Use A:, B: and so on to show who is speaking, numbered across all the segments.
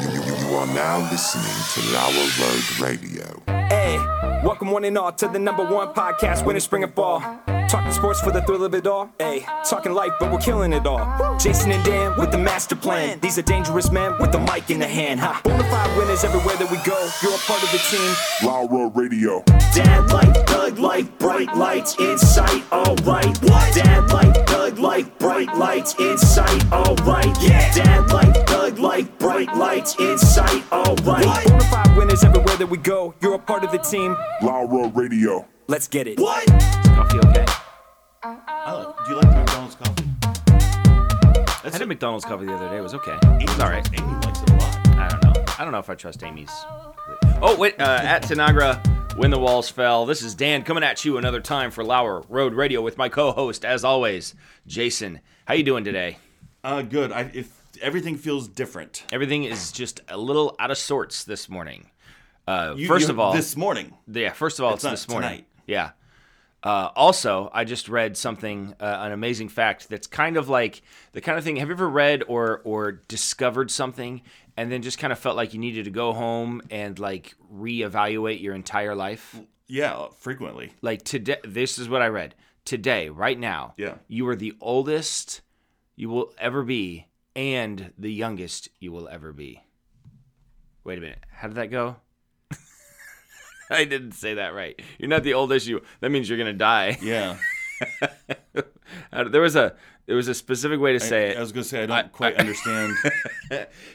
A: You are now listening to Lower Road Radio.
B: Hey, welcome one and all to the number one podcast, winter, spring, and fall. Talking sports for the thrill of it all. Hey, talking life, but we're killing it all. Jason and Dan with the master plan. These are dangerous men with the mic in the hand. Ha. Bonafide winners everywhere that we go. You're a part of the team.
A: Lower Radio.
B: Dad light, thug light, bright lights in sight. Alright, what? Dad light, thug light, bright lights in sight. Alright, yeah. Dad light, thug light, bright lights in sight. Alright. Bonafide winners everywhere that we go. You're a part of the team.
A: Lower Radio.
B: Let's get it.
C: What?
D: Coffee okay?
C: I like, Uh, do you like McDonald's coffee?
D: I
C: That's
D: had a McDonald's coffee the other day. It was okay.
C: Amy
D: It was all right.
C: Amy likes it a lot.
D: I don't know. I don't know if I trust Amy's. Oh wait, uh, at Tanagra, when the walls fell. This is Dan coming at you another time for Lauer Road Radio with my co-host, as always, Jason. How you doing today?
C: Uh, good. I, if everything feels different.
D: Everything is just a little out of sorts this morning. Uh,
C: You-
D: first
C: you-
D: of all,
C: this morning.
D: Yeah, first of all,
C: It's
D: it's,
C: not
D: this morning.
C: tonight.
D: Yeah. Uh, also, I just read something, uh, an amazing fact that's kind of like the kind of thing. Have you ever read or or discovered something and then just kind of felt like you needed to go home and like reevaluate your entire life?
C: Yeah, frequently.
D: Like today, this is what I read today, right now.
C: Yeah.
D: you are the oldest you will ever be, and the youngest you will ever be. Wait a minute, how did that go? I didn't say that right. You're not the oldest. You that means you're gonna die.
C: Yeah.
D: Uh, There was a there was a specific way to say
C: I
D: it.
C: was gonna say I don't quite understand.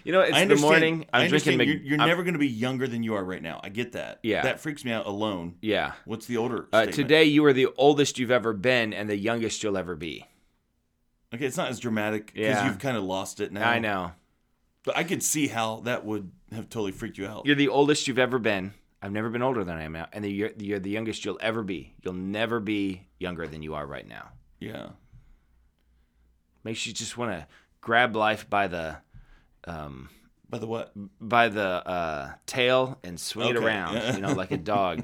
D: You know, it's
C: I understand.
D: the morning.
C: I
D: I'm drinking.
C: understand.
D: Mc-
C: You're, you're
D: I'm-
C: never gonna be younger than you are right now. I get that.
D: Yeah.
C: That freaks me out alone.
D: Yeah.
C: What's the older?
D: Uh,
C: statement?
D: today you are the oldest you've ever been and the youngest you'll ever be.
C: Okay, it's not as dramatic because
D: Yeah.
C: you've kind of lost it now.
D: I know.
C: But I could see how that would have totally freaked you out.
D: You're the oldest you've ever been. I've never been older than I am now, and the, you're, you're the youngest you'll ever be. You'll never be younger than you are right now.
C: yeah.
D: Makes you just want to grab life by the um,
C: By the what?
D: by the uh, tail and swing it
C: Okay,
D: around,
C: yeah.
D: you know, like a dog.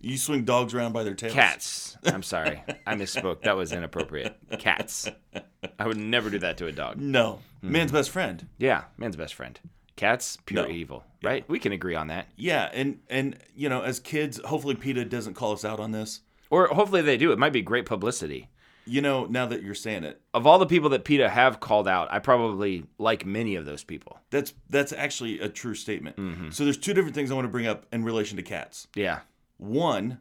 C: You swing dogs around by their tails.
D: Cats. I'm sorry, I misspoke. That was inappropriate. Cats. I would never do that to a dog.
C: No.
D: Hmm.
C: Man's best friend.
D: Yeah, man's best friend. Cats, pure
C: No.
D: evil. Right? We can agree on that.
C: Yeah, and and you know, as kids, hopefully PETA doesn't call us out on this.
D: Or hopefully they do. It might be great publicity.
C: You know, now that you're saying it,
D: of all the people that PETA have called out, I probably like many of those people.
C: that's that's actually a true statement.
D: Mm-hmm.
C: So there's two different things I want to bring up in relation to cats.
D: Yeah.
C: One,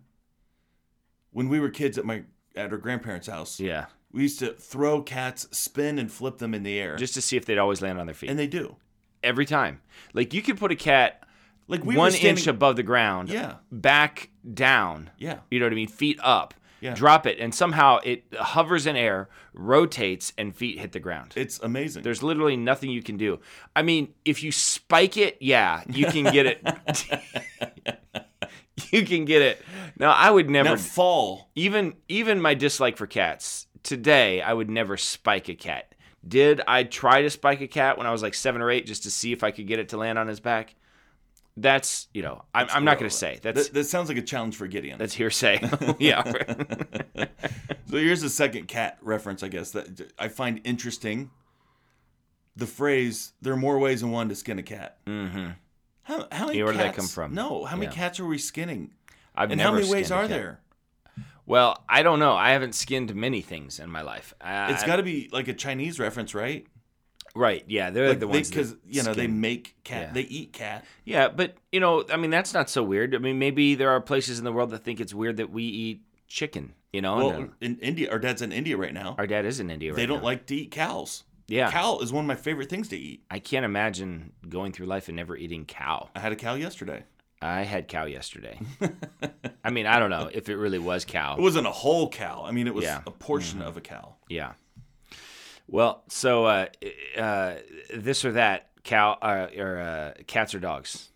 C: when we were kids at my at our grandparents' house,
D: Yeah.
C: we used to throw cats, spin and flip them in the air.
D: Just to see if they'd always land on their feet.
C: and they do.
D: Every time. Like you could put a cat
C: Like we
D: one
C: were standing,
D: inch above the ground,
C: Yeah.
D: back down.
C: Yeah.
D: You know what I mean? Feet up.
C: Yeah.
D: Drop it, and somehow it hovers in air, rotates, and feet hit the ground.
C: It's amazing.
D: There's literally nothing you can do. I mean, if you spike it, yeah, you can get it. you can get it. No, I would never.
C: now fall.
D: even even my dislike for cats today i would never spike a cat did i try to spike a cat when i was like seven or eight just to see if i could get it to land on his back that's you know i'm, I'm not going to say that's
C: That, that sounds like a challenge for Gideon.
D: that's hearsay yeah
C: So here's the second cat reference, I guess, that I find interesting. The phrase, there are more ways than one to skin a cat. Mm-hmm. How, how many
D: Yeah, where did that
C: cats?
D: come from?
C: No, how many
D: Yeah.
C: cats are we skinning?
D: i've
C: And
D: never
C: how many ways
D: skinned a
C: are
D: cat.
C: there?
D: well i don't know i haven't skinned many things in my life I,
C: It's got to be like a Chinese reference, right?
D: right yeah they're
C: Like
D: the
C: they-
D: ones that
C: you know they
D: skin.
C: make cat,
D: Yeah.
C: they eat cat.
D: yeah but you know i mean that's not so weird i mean maybe there are places in the world that think it's weird that we eat chicken you know
C: Well,
D: and, uh,
C: in India, our dad's in India right now.
D: our dad is in india right
C: they don't
D: now.
C: like to eat cows.
D: Yeah.
C: cow is one of my favorite things to eat.
D: I can't imagine going through life and never eating cow.
C: I had a cow yesterday.
D: I had cow yesterday. I mean, I don't know if it really was
C: It
D: cow.
C: wasn't a whole cow. I mean, it was
D: Yeah. Mm-hmm.
C: a portion of a cow.
D: Yeah. Well, so uh, uh, this or that cow uh, or uh, cats or dogs?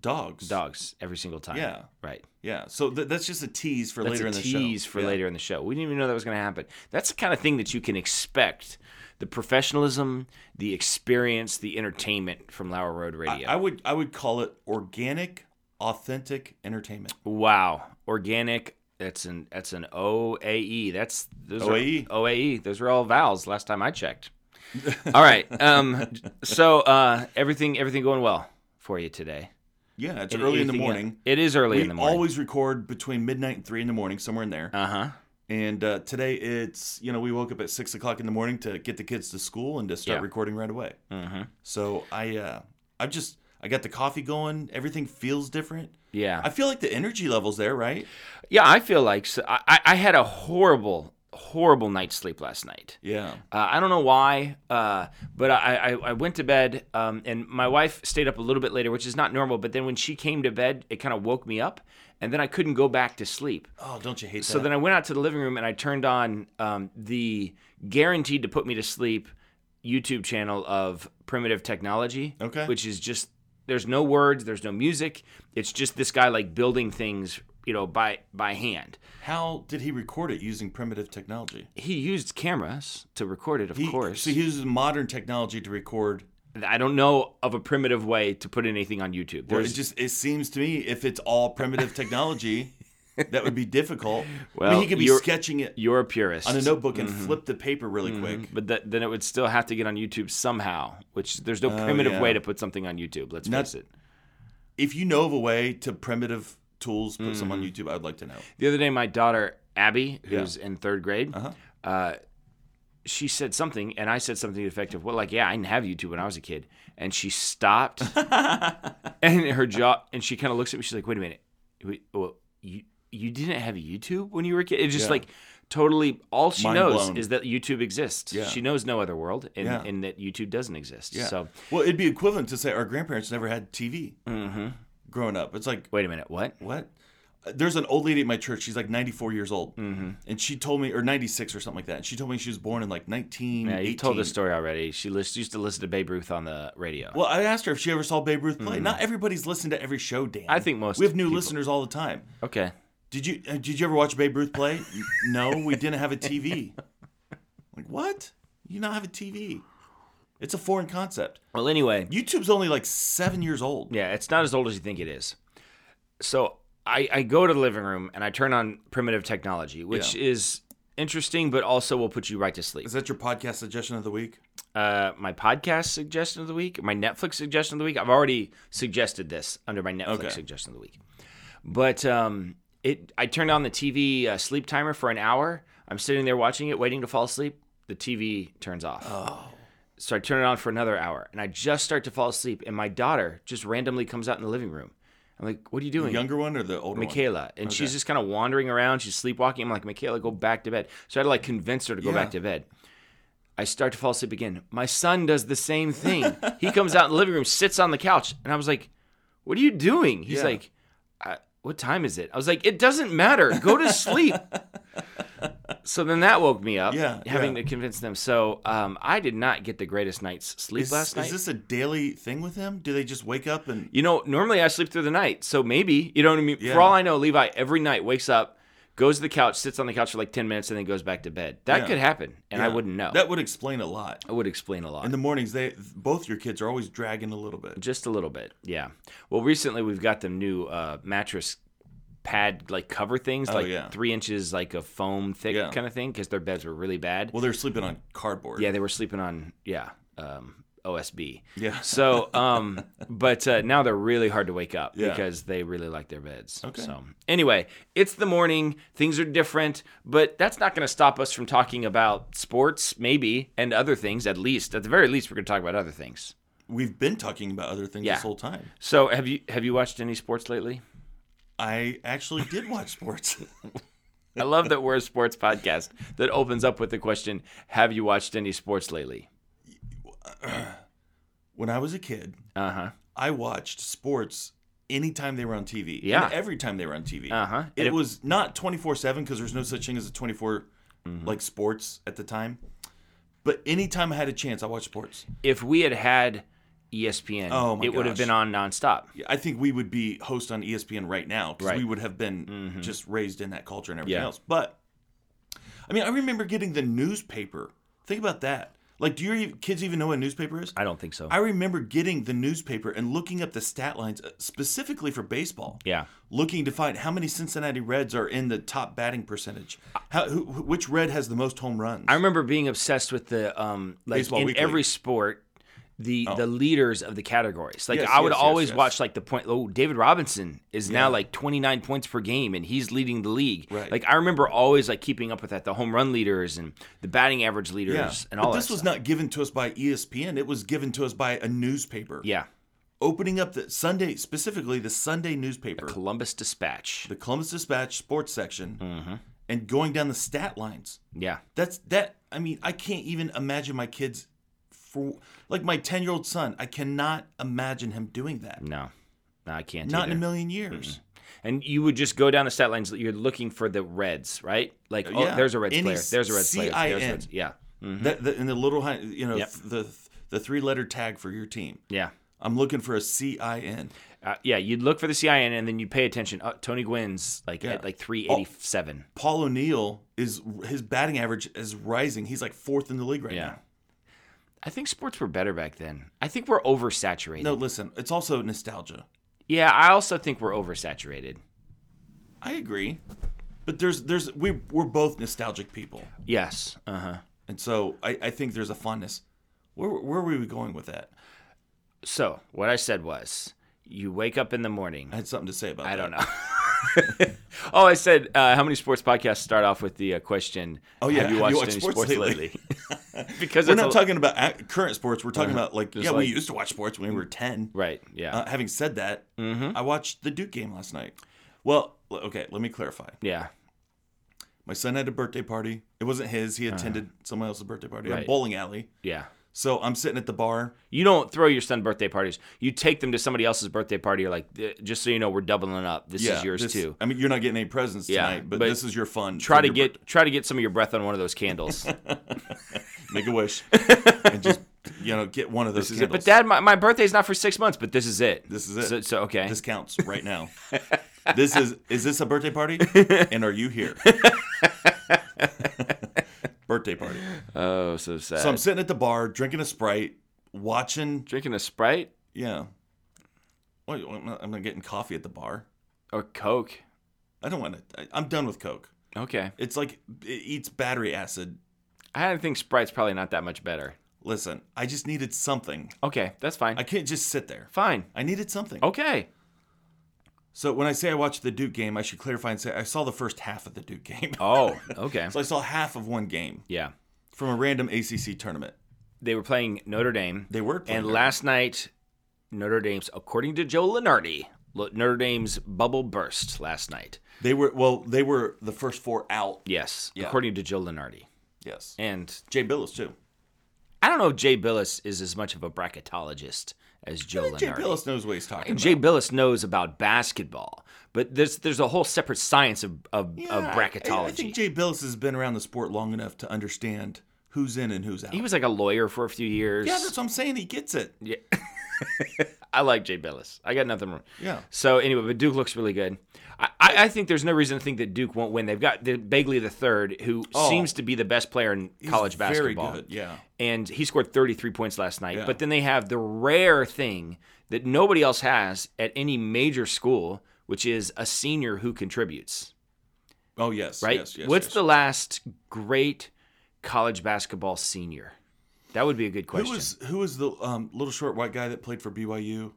C: Dogs.
D: Dogs every single time.
C: Yeah.
D: Right.
C: Yeah, so th- that's just a tease for
D: That's
C: later
D: a
C: in the show.
D: tease for
C: Yeah.
D: later in the show. We didn't even know that was going to happen. That's the kind of thing that you can expect. The professionalism, the experience, the entertainment from Lower Road
C: I,
D: Radio.
C: I would I would call it organic, authentic entertainment.
D: Wow, organic. That's an E. that's an OAE. That's those
C: OAE. E.
D: E. Are, OAE. Those are all vowels. Last time I checked. All right. Um, so uh, everything everything going well for you today?
C: Yeah, it's early in the
D: Anything-
C: morning.
D: It is early
C: we
D: in the morning.
C: always record between midnight and three in the morning, somewhere in there.
D: uh huh.
C: And uh, today it's you know we woke up at six o'clock in the morning to get the kids to school and to
D: Yeah.
C: start
D: Mm-hmm.
C: recording right away. So I uh, I just I got the coffee going. Everything feels different.
D: Yeah.
C: I feel like the energy levels there, right?
D: yeah, I feel like so I, I- I had a horrible horrible night's sleep last night.
C: Yeah.
D: Uh, I don't know why, uh, but I, I, I went to bed, um, and my wife stayed up a little bit later, which is not normal. But then when she came to bed, it kind of woke me up, and then I couldn't go back to sleep.
C: Oh, don't you hate that?
D: So then I went out to the living room and I turned on um, the guaranteed to put me to sleep YouTube channel of Primitive Technology.
C: Okay.
D: Which is just there's no words, there's no music. It's just this guy like building things, you know, by by hand.
C: How did he record it using primitive technology?
D: He used cameras to record it, of
C: He-
D: course.
C: So he uses modern technology to record.
D: I don't know of a primitive way to put anything on YouTube.
C: Well,
D: There's
C: it just it seems to me if it's all primitive technology, that would be difficult. I mean,
D: Well,
C: he could be
D: you're- Mm-hmm.
C: sketching it
D: you're a purist.
C: on a notebook and flip the paper really quick.
D: But that, then it would still have to get on YouTube somehow, which there's no primitive
C: Oh, yeah.
D: way to put something on YouTube. Let's
C: Not-
D: face it.
C: If you know of a way to primitive tools put some on
D: Mm-hmm.
C: YouTube, I'd like to know.
D: The other day, my daughter Abby, who's in third grade,
C: Uh-huh.
D: uh she said something, and I said something effective. Well, like, yeah, I didn't have YouTube when I was a kid, and she stopped, and her jaw, and she kind of looks at me. She's like, "Wait a minute, Wait, well, you you didn't have YouTube when you were a kid?" It's just
C: Yeah.
D: like totally all she
C: Mind
D: knows
C: blown.
D: is that YouTube exists.
C: Yeah.
D: She knows no other world, and,
C: Yeah.
D: and that YouTube doesn't exist.
C: Yeah.
D: So,
C: well, it'd be equivalent to say our grandparents never had TV
D: Mm-hmm.
C: growing up. It's like
D: wait a minute, what?
C: what? There's an old lady at my church. She's like 94 years old,
D: Mm-hmm.
C: and she told me, or 96 or something like that. And she told me she was born in like 19.
D: Yeah, you told this story already. She lis- used to listen to Babe Ruth on the radio.
C: Well, I asked her if she ever saw Babe Ruth play. Not everybody's listened to every show, Dan.
D: Mm-hmm. I think most
C: We have new
D: people-
C: listeners all the time.
D: okay.
C: Did you uh, did you ever watch Babe Ruth play? N- no, we didn't have a TV. like what? You not have a TV? It's a foreign concept.
D: Well, anyway,
C: YouTube's only like seven years old.
D: Yeah, it's not as old as you think it is. So I, I go to the living room and I turn on primitive technology, which is interesting, but also will put you right to sleep.
C: Is that your podcast suggestion of the week?
D: Uh, my podcast suggestion of the week, my Netflix suggestion of the week. I've already suggested this under my Netflix
C: Okay.
D: suggestion of the week, but um, it I turned on the TV uh, sleep timer for an hour. I'm sitting there watching it, waiting to fall asleep. The TV turns off. Oh. So I turn it on for another hour, and I just start to fall asleep. And my daughter just randomly comes out in the living room. I'm like, "What are you doing?"
C: Younger one or the older one?
D: Michaela, and she's just kind of wandering around. She's sleepwalking. I'm like, Michaela, go back to bed. So I had to like convince her to go back
C: Yeah.
D: to bed. I start to fall asleep again. My son does the same thing. he comes out in the living room, sits on the couch, and I was like, "What are you doing?" He's
C: Yeah.
D: like, I, "What time is it?" I was like, "It doesn't matter. Go to sleep." so then that woke me up.
C: Yeah,
D: having
C: yeah.
D: to convince them. So um, I did not get the greatest night's sleep
C: Is,
D: last night.
C: is this a daily thing with him? Do they just wake up and
D: You know, normally I sleep through the night, so maybe you know what I mean.
C: Yeah.
D: For all I know, Levi every night wakes up, goes to the couch, sits on the couch for like ten minutes, and then goes back to bed. That
C: Yeah.
D: could happen, and I
C: Yeah.
D: wouldn't know.
C: That would explain a lot.
D: I would explain a lot,
C: In the mornings, they both your kids are always dragging a little bit.
D: just a little bit. Yeah. Well, recently we've got them new uh, mattress pad like cover things, like
C: Oh, yeah.
D: three inches, like a foam thick
C: Yeah.
D: kind of thing, because their beds were really bad.
C: Well, they're sleeping on cardboard.
D: Yeah, they were sleeping on yeah um, OSB.
C: Yeah.
D: So, um, but uh, now they're really hard to wake up
C: Yeah.
D: because they really like their beds.
C: Okay.
D: So anyway, it's the morning. Things are different, but that's not going to stop us from talking about sports, maybe, and other things. At least, at the very least, we're going to talk about other things.
C: We've been talking about other things
D: Yeah.
C: this whole time.
D: So have you have you watched any sports lately?
C: I actually did watch sports.
D: I love that we're a sports podcast that opens up with the question: Have you watched any sports lately?
C: when I was a kid,
D: Uh huh.
C: I watched sports anytime they were on TV.
D: Yeah.
C: And every time they were on TV.
D: Uh-huh.
C: It,
D: And it-
C: was not 24 7 because there's no such thing as a 24
D: Mm-hmm.
C: like sports at the time. But anytime I had a chance, I watched sports.
D: If we had had E ESPN,
C: Oh my
D: it would have
C: gosh.
D: been on nonstop.
C: I think we would be host on E ESPN right now because
D: Right. Mm-hmm.
C: we would have been just raised in that culture and everything
D: Yeah.
C: else. But I mean, I remember getting the newspaper. Think about that. Like, do your e- kids even know what a newspaper is?
D: I don't think so.
C: I remember getting the newspaper and looking up the stat lines uh, specifically for baseball.
D: Yeah.
C: Looking to find how many Cincinnati Reds are in the top batting percentage. How, who, who- which Red has the most home runs?
D: I remember being obsessed with the um like
C: Baseball
D: in
C: Weekly. Oh.
D: every sport the the leaders of the categories. Like
C: Yes,
D: I would
C: yes, yes,
D: always
C: yes.
D: watch like the point oh David Robinson is now like 29 points per game and he's leading the league.
C: Right.
D: Like I remember always like keeping up with that the home run leaders and the batting average leaders
C: yeah.
D: and all
C: but
D: that.
C: this was
D: stuff.
C: not given to us by E ESPN. It was given to us by a newspaper.
D: Yeah.
C: Opening up the Sunday, specifically the Sunday newspaper,
D: Columbus Dispatch.
C: the Columbus Dispatch sports section,
D: Mm-hmm.
C: and going down the stat lines.
D: Yeah.
C: That's that. I mean, I can't even imagine my kids for like my 10 year old son. I cannot imagine him doing that.
D: No. No, I can't.
C: Not
D: either.
C: in a million years.
D: And you would just go down the stat lines. You're looking for the Reds, right? Like, oh,
C: yeah.
D: there's a Reds
C: Any
D: player. There's a Reds player. There's a
C: CIN.
D: Reds. Yeah. Mm,
C: That, the, and the little, hi- you know,
D: Mm-hmm. Yep.
C: the the three letter tag for your team.
D: Yeah.
C: I'm looking for a C I N.
D: Uh, yeah, you'd look for the CIN and then you pay attention. Uh, Tony Gwynn's like
C: Yeah. Oh.
D: at like 387.
C: Paul O'Neill is his batting average is rising. He's like fourth in the league right
D: Yeah.
C: now.
D: I think sports were better back then. I think we're oversaturated.
C: No, listen, it's also nostalgia.
D: Yeah, I also think we're oversaturated.
C: I agree, but there's there's we we're both nostalgic people,
D: Yes. Uh huh.
C: and so I, I think there's a fondness. Where where were we going with that?
D: So, what I said was you wake up in the morning.
C: I had something to say about
D: I
C: that.
D: don't know. oh, I said, uh, how many sports podcasts start off with the uh, question?
C: Oh, yeah,
D: have you watched any sports, lately? because
C: We're
D: it's
C: not
D: a- Uh-huh.
C: talking about ac- current sports. We're talking about like yeah, we
D: like-
C: used to watch sports when we were ten.
D: Right. Mm-hmm. Yeah.
C: Uh, having said that, I watched the Duke game last night. Well, l- okay, let me clarify.
D: yeah.
C: My son had a birthday party. It wasn't his. He attended someone else's birthday party at a
D: Uh-huh. Right.
C: bowling alley.
D: Yeah.
C: So I'm sitting at the bar.
D: You don't throw your son birthday parties. You take them to somebody else's birthday party. You're like, "Eh, just so you know, we're doubling up. This is yours
C: this-
D: too.
C: I mean, you're not getting any presents
D: Yeah,
C: tonight, but,
D: but
C: this is your fun.
D: Try
C: for
D: to
C: your
D: get try to get some of your breath on one of those candles.
C: birth- make a wish and just you know get one of those
D: Is it, but
C: candles.
D: Dad, my, my birthday's not for six months, but this is it.
C: This is it.
D: So, so, okay.
C: this counts right now. this is is this a birthday party? and are you here? birthday party.
D: oh, so sad.
C: So I'm sitting at the bar drinking a sprite, watching.
D: drinking a sprite
C: Yeah. Wait, I'm not, I'm not getting coffee at the bar.
D: or Coke.
C: I don't want to. I'm done with Coke.
D: Okay.
C: It's like it eats battery acid.
D: I think Sprite's probably not that much better.
C: Listen, I just needed something.
D: Okay, that's fine.
C: I can't just sit there.
D: fine.
C: I needed something.
D: Okay.
C: So when I say I watched the Duke game, I should clarify and say I saw the first half of the Duke game.
D: Oh, okay.
C: So I saw half of one game
D: yeah.
C: from a random ACC tournament.
D: They were playing Notre Dame.
C: They were playing
D: And
C: Notre
D: last night, Notre Dame's, according to Joe Lenardi, Lo- Notre Dame's bubble burst last night.
C: They were well, they were the first four out.
D: Yes,
C: Yeah.
D: according to Joe Lenardi.
C: Yes.
D: And
C: Jay Billis too.
D: I don't know if Jay Billis is as much of a bracketologist as Joe Lenardi.
C: Jay Billis knows what he's talking
D: Jay
C: about.
D: Billis knows about basketball, but there's there's a whole separate science of, of, of
C: Yeah, I-
D: bracketology.
C: I, I think Jay Billis has been around the sport long enough to understand who's in and who's out.
D: he was like a lawyer for a few years.
C: yeah, that's what I'm saying. He gets it.
D: I like Jay Billis. I got nothing wrong.
C: Yeah.
D: So anyway, but Duke looks really good. I, I, I think there's no reason to think that Duke won't win. They've got the Bagley the third, who
C: Oh.
D: seems to be the best player in
C: He's
D: college basketball.
C: Very good. Yeah.
D: and he scored 33 points last night.
C: Yeah.
D: But then they have the rare thing that nobody else has at any major school, which is a senior who contributes,
C: Oh yes.
D: right?
C: Yes, yes,
D: What's
C: yes.
D: the last great college basketball senior? That would be a good
C: who
D: question.
C: was who was the um, little short white guy that played for BYU?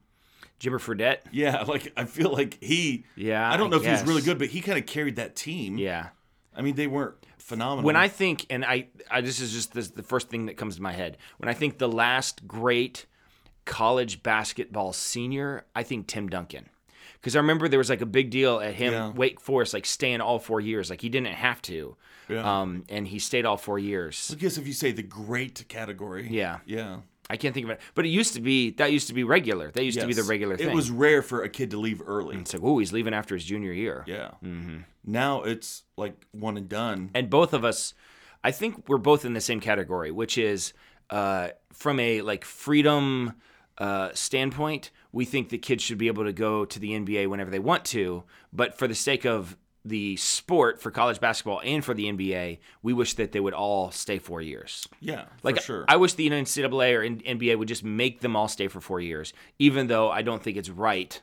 D: Jimmer Fredette?
C: Yeah, like I feel like he.
D: Yeah,
C: I don't
D: I
C: know if he was really
D: guess.
C: good, but he kind of carried that team.
D: Yeah.
C: I mean they weren't phenomenal.
D: When I think, and I, I this is just this, the first thing that comes to my head. When I think the last great college basketball senior, I think Tim Duncan. Because I remember there was like a big deal at him,
C: Yeah.
D: Wake Forest, like staying all four years. Like he didn't have to.
C: Yeah.
D: Um, and he stayed all four years.
C: I guess if you say the great category.
D: Yeah.
C: Yeah.
D: I can't think of it. But it used to be, that used to be regular. That used to be the
C: Yes.
D: regular thing.
C: It was rare for a kid to leave early.
D: It's like, oh, he's leaving after his junior year.
C: Yeah. Mm-hmm. Now it's like one and done.
D: and both of us i think we're both in the same category which is uh, from a like freedom uh, standpoint we think that kids should be able to go to the nba whenever they want to but for the sake of the sport for college basketball and for the NBA, we wish that they would all stay four years.
C: Yeah,
D: Like
C: for sure.
D: I wish the NCAA or N- NBA would just make them all stay for four years, even though I don't think it's right.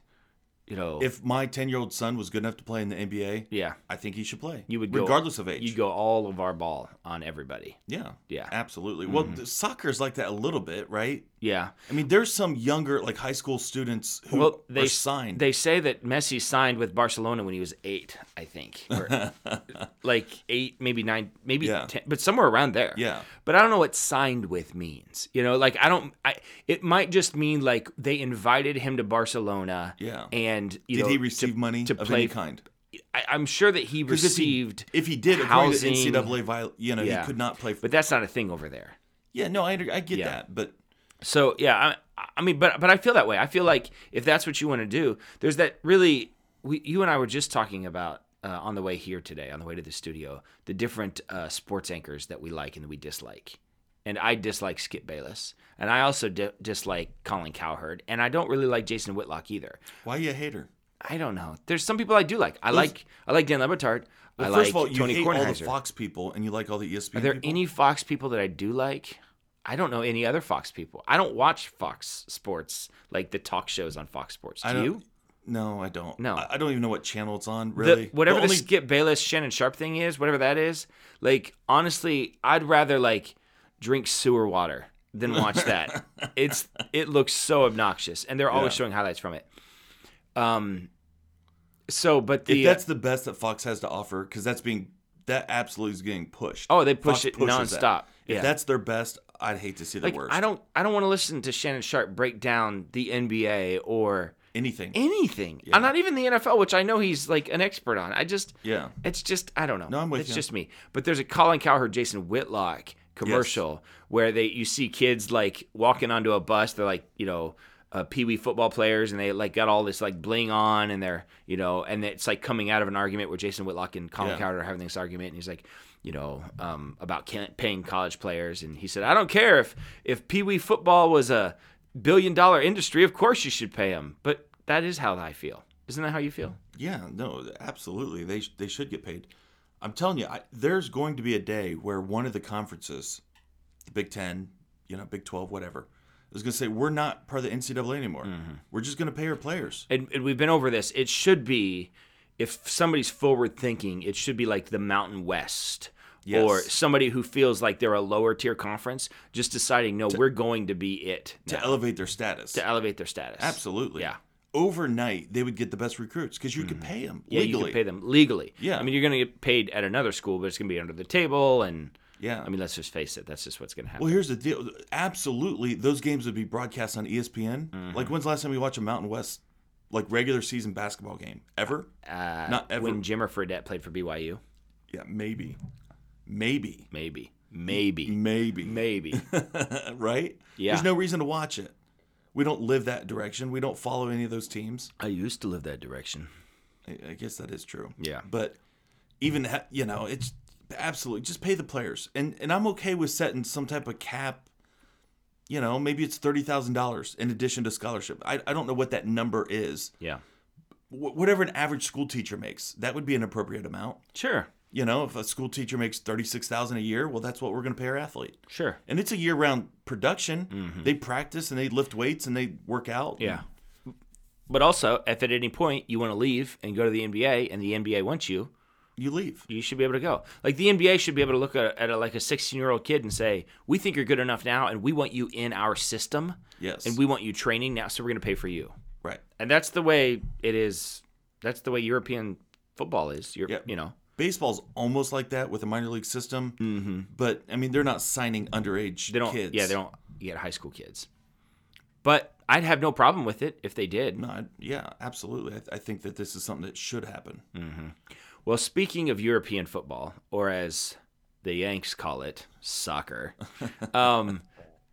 D: You know,
C: if my ten-year-old son was good enough to play in the NBA,
D: yeah,
C: I think he should play.
D: you would go,
C: regardless of age.
D: You'd go all of our ball on everybody.
C: yeah,
D: Yeah. Mm-hmm.
C: absolutely. Well, th- soccer's like that a little bit, right?
D: Yeah.
C: I mean, there's some younger, like high school students who
D: Well, they
C: are
D: s-
C: signed.
D: They say that Messi signed with Barcelona when he was eight, I think, or like eight, maybe nine, maybe
C: Yeah.
D: ten, but somewhere around there.
C: Yeah.
D: But I don't know what signed with means. You know, like I don't. I it might just mean like they invited him to Barcelona.
C: Yeah.
D: And you
C: Did
D: know,
C: he
D: to-
C: receive money
D: to
C: of
D: play?
C: any kind?
D: I, I'm sure that he
C: 'Cause if he-
D: received.
C: If he did,
D: housing,
C: according to NCAA, viol- you know, he could not play. For,
D: But that's not a thing over there.
C: yeah, no, I, under- I get
D: Yeah.
C: that, but
D: So yeah, I, I mean, but but I feel that way. I feel like if that's what you want to do, there's that really. We, you and I were just talking about uh, on the way here today, on the way to the studio, the different uh, sports anchors that we like and that we dislike. And I dislike Skip Bayless, and I also di- dislike Colin Cowherd, and I don't really like Jason Whitlock either.
C: why you a hater?
D: I don't know. There's some people I do like. I like I like Dan Lebertard. I
C: Well,
D: like
C: first of all, you
D: Tony
C: hate all the
D: Kornheiser.
C: Fox people, and you like all the E ESPN.
D: Are there
C: people?
D: any Fox people that I do like? I don't know any other Fox people. I don't watch Fox Sports like the talk shows on Fox Sports. Do
C: I don't,
D: you?
C: No, I don't.
D: No.
C: I, I don't even know what channel it's on.
D: The-
C: Really,
D: whatever the,
C: only-
D: Skip Bayless Shannon Sharp thing is, whatever that is, like honestly, I'd rather like drink sewer water than watch that. it's it looks so obnoxious, and they're always
C: Yeah.
D: showing highlights from it. Um. So, but
C: if
D: the uh,
C: that's the best that Fox has to offer, because that's being that absolutely is getting pushed.
D: Oh, they push it
C: pushes that.
D: nonstop.
C: If
D: Yeah.
C: that's their best, I'd hate to see the
D: like
C: worst.
D: I don't I don't want to listen to Shannon Sharp break down the NBA or
C: anything.
D: anything. Uh, Not even the NFL, which I know he's like an expert on. I just
C: Yeah.
D: It's just I don't know.
C: No, I'm with
D: it's
C: you.
D: just me. But there's a Colin Cowherd, Jason Whitlock commercial where they you see kids like walking onto a bus. They're like you know. Uh, pee-wee football players and they like got all this like bling on and they're you know and it's like coming out of an argument where jason whitlock and colin
C: Yeah.
D: cowherd are having this argument and he's like you know um, about can- paying college players and he said i don't care if if pee-wee football was a billion dollar industry of course you should pay them but that is how i feel isn't that how you feel
C: Yeah, no, absolutely. They sh- they should get paid. I'm telling you, I, there's going to be a day where one of the conferences, the Big Ten, you know, Big Twelve, whatever, is going to say we're not part of the NCAA anymore.
D: Mm-hmm.
C: We're just going to pay our players.
D: and, and we've been over this. It should be, if somebody's forward thinking, it should be like the Mountain West.
C: Yes.
D: Or somebody who feels like they're a lower tier conference, just deciding, no, we're going to be it
C: to
D: now,
C: elevate their status.
D: to elevate their status.
C: Absolutely.
D: Yeah. Mm-hmm.
C: Overnight, they would get the best recruits because you could pay them
D: Yeah,
C: legally.
D: you can pay them legally.
C: Yeah.
D: I mean, you're going to get paid at another school, but it's going to be under the table. And
C: Yeah.
D: I mean, let's just face it, that's just what's going to happen.
C: well, here's the deal. Absolutely, those games would be broadcast on E ESPN.
D: Mm-hmm.
C: Like, when's the last time you watched a Mountain West like regular season basketball game ever?
D: uh,
C: not ever.
D: When Jimmer Fredette played for BYU,
C: Yeah, maybe, maybe,
D: maybe, maybe,
C: maybe,
D: maybe.
C: right?
D: Yeah.
C: There's no reason to watch it. We don't live that direction. We don't follow any of those teams.
D: I used to live that direction.
C: I, I guess that is true.
D: Yeah.
C: But even ha- you know, it's absolutely just pay the players, and and I'm okay with setting some type of cap. You know, maybe it's thirty thousand dollars in addition to scholarship. I I don't know what that number is.
D: Yeah.
C: Wh- whatever an average school teacher makes, that would be an appropriate amount.
D: Sure.
C: You know, if a school teacher makes thirty six thousand a year, well, that's what we're going to pay our athlete.
D: Sure.
C: And it's a year round production. They practice and they lift weights and they work out.
D: Mm-hmm. Yeah. Mm. But also, if at any point you want to leave and go to the NBA and the NBA wants you,
C: You leave.
D: you should be able to go. Like the NBA should be able to look at, at a, like a 16 year old kid and say, "We think you're good enough now, and we want you in our system,
C: Yes.
D: and we want you training now, so we're going to pay for you."
C: right.
D: And that's the way it is. That's the way European football is. You're,
C: Yeah.
D: you know,
C: baseball's almost like that with a minor league system. Mm-hmm. But I mean, they're not signing underage
D: they don't.
C: kids.
D: Yeah, they don't get high school kids. But I'd have no problem with it if they did.
C: No, I- yeah, absolutely. I, th- I think that this is something that should happen.
D: Mm. Well, speaking of European football, or as the Yanks call it, soccer, um,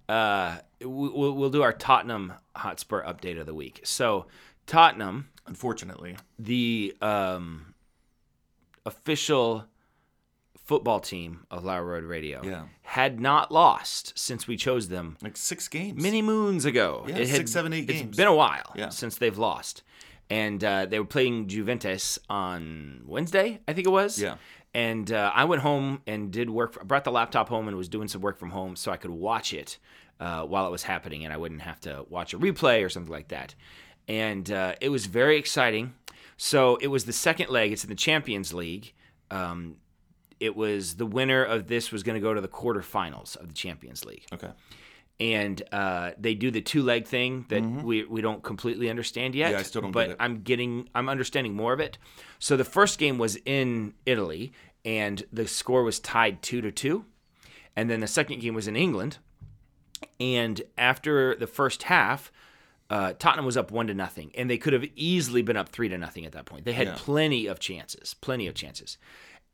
D: uh, we- we'll, we'll do our Tottenham Hotspur update of the week. So, Tottenham,
C: Unfortunately,
D: the um, official football team of Lower Road Radio,
C: Yeah.
D: had not lost since we chose them
C: like six games.
D: many moons ago.
C: Yeah,
D: It had-
C: six, seven, eight games.
D: It's been a while
C: Yeah.
D: since they've lost. and uh, they were playing Juventus on Wednesday, I think it was.
C: Yeah.
D: And uh, I went home and did work. I brought the laptop home and was doing some work from home so I could watch it uh, while it was happening, and I wouldn't have to watch a replay or something like that. And uh, it was very exciting. So it was the second leg. It's in the Champions League. Um, it was the winner of this was going to go to the quarterfinals of the Champions League
C: Okay.
D: and uh, they do the two leg thing that we, we don't completely understand yet.
C: Mm-hmm. Yeah, I still don't
D: But
C: get it.
D: I'm getting I'm understanding more of it. So the first game was in Italy, and the score was tied two to two, and then the second game was in England, and after the first half. Uh, Tottenham was up one to nothing, and they could have easily been up three to nothing at that point. They had
C: Yeah.
D: plenty of chances, plenty of chances,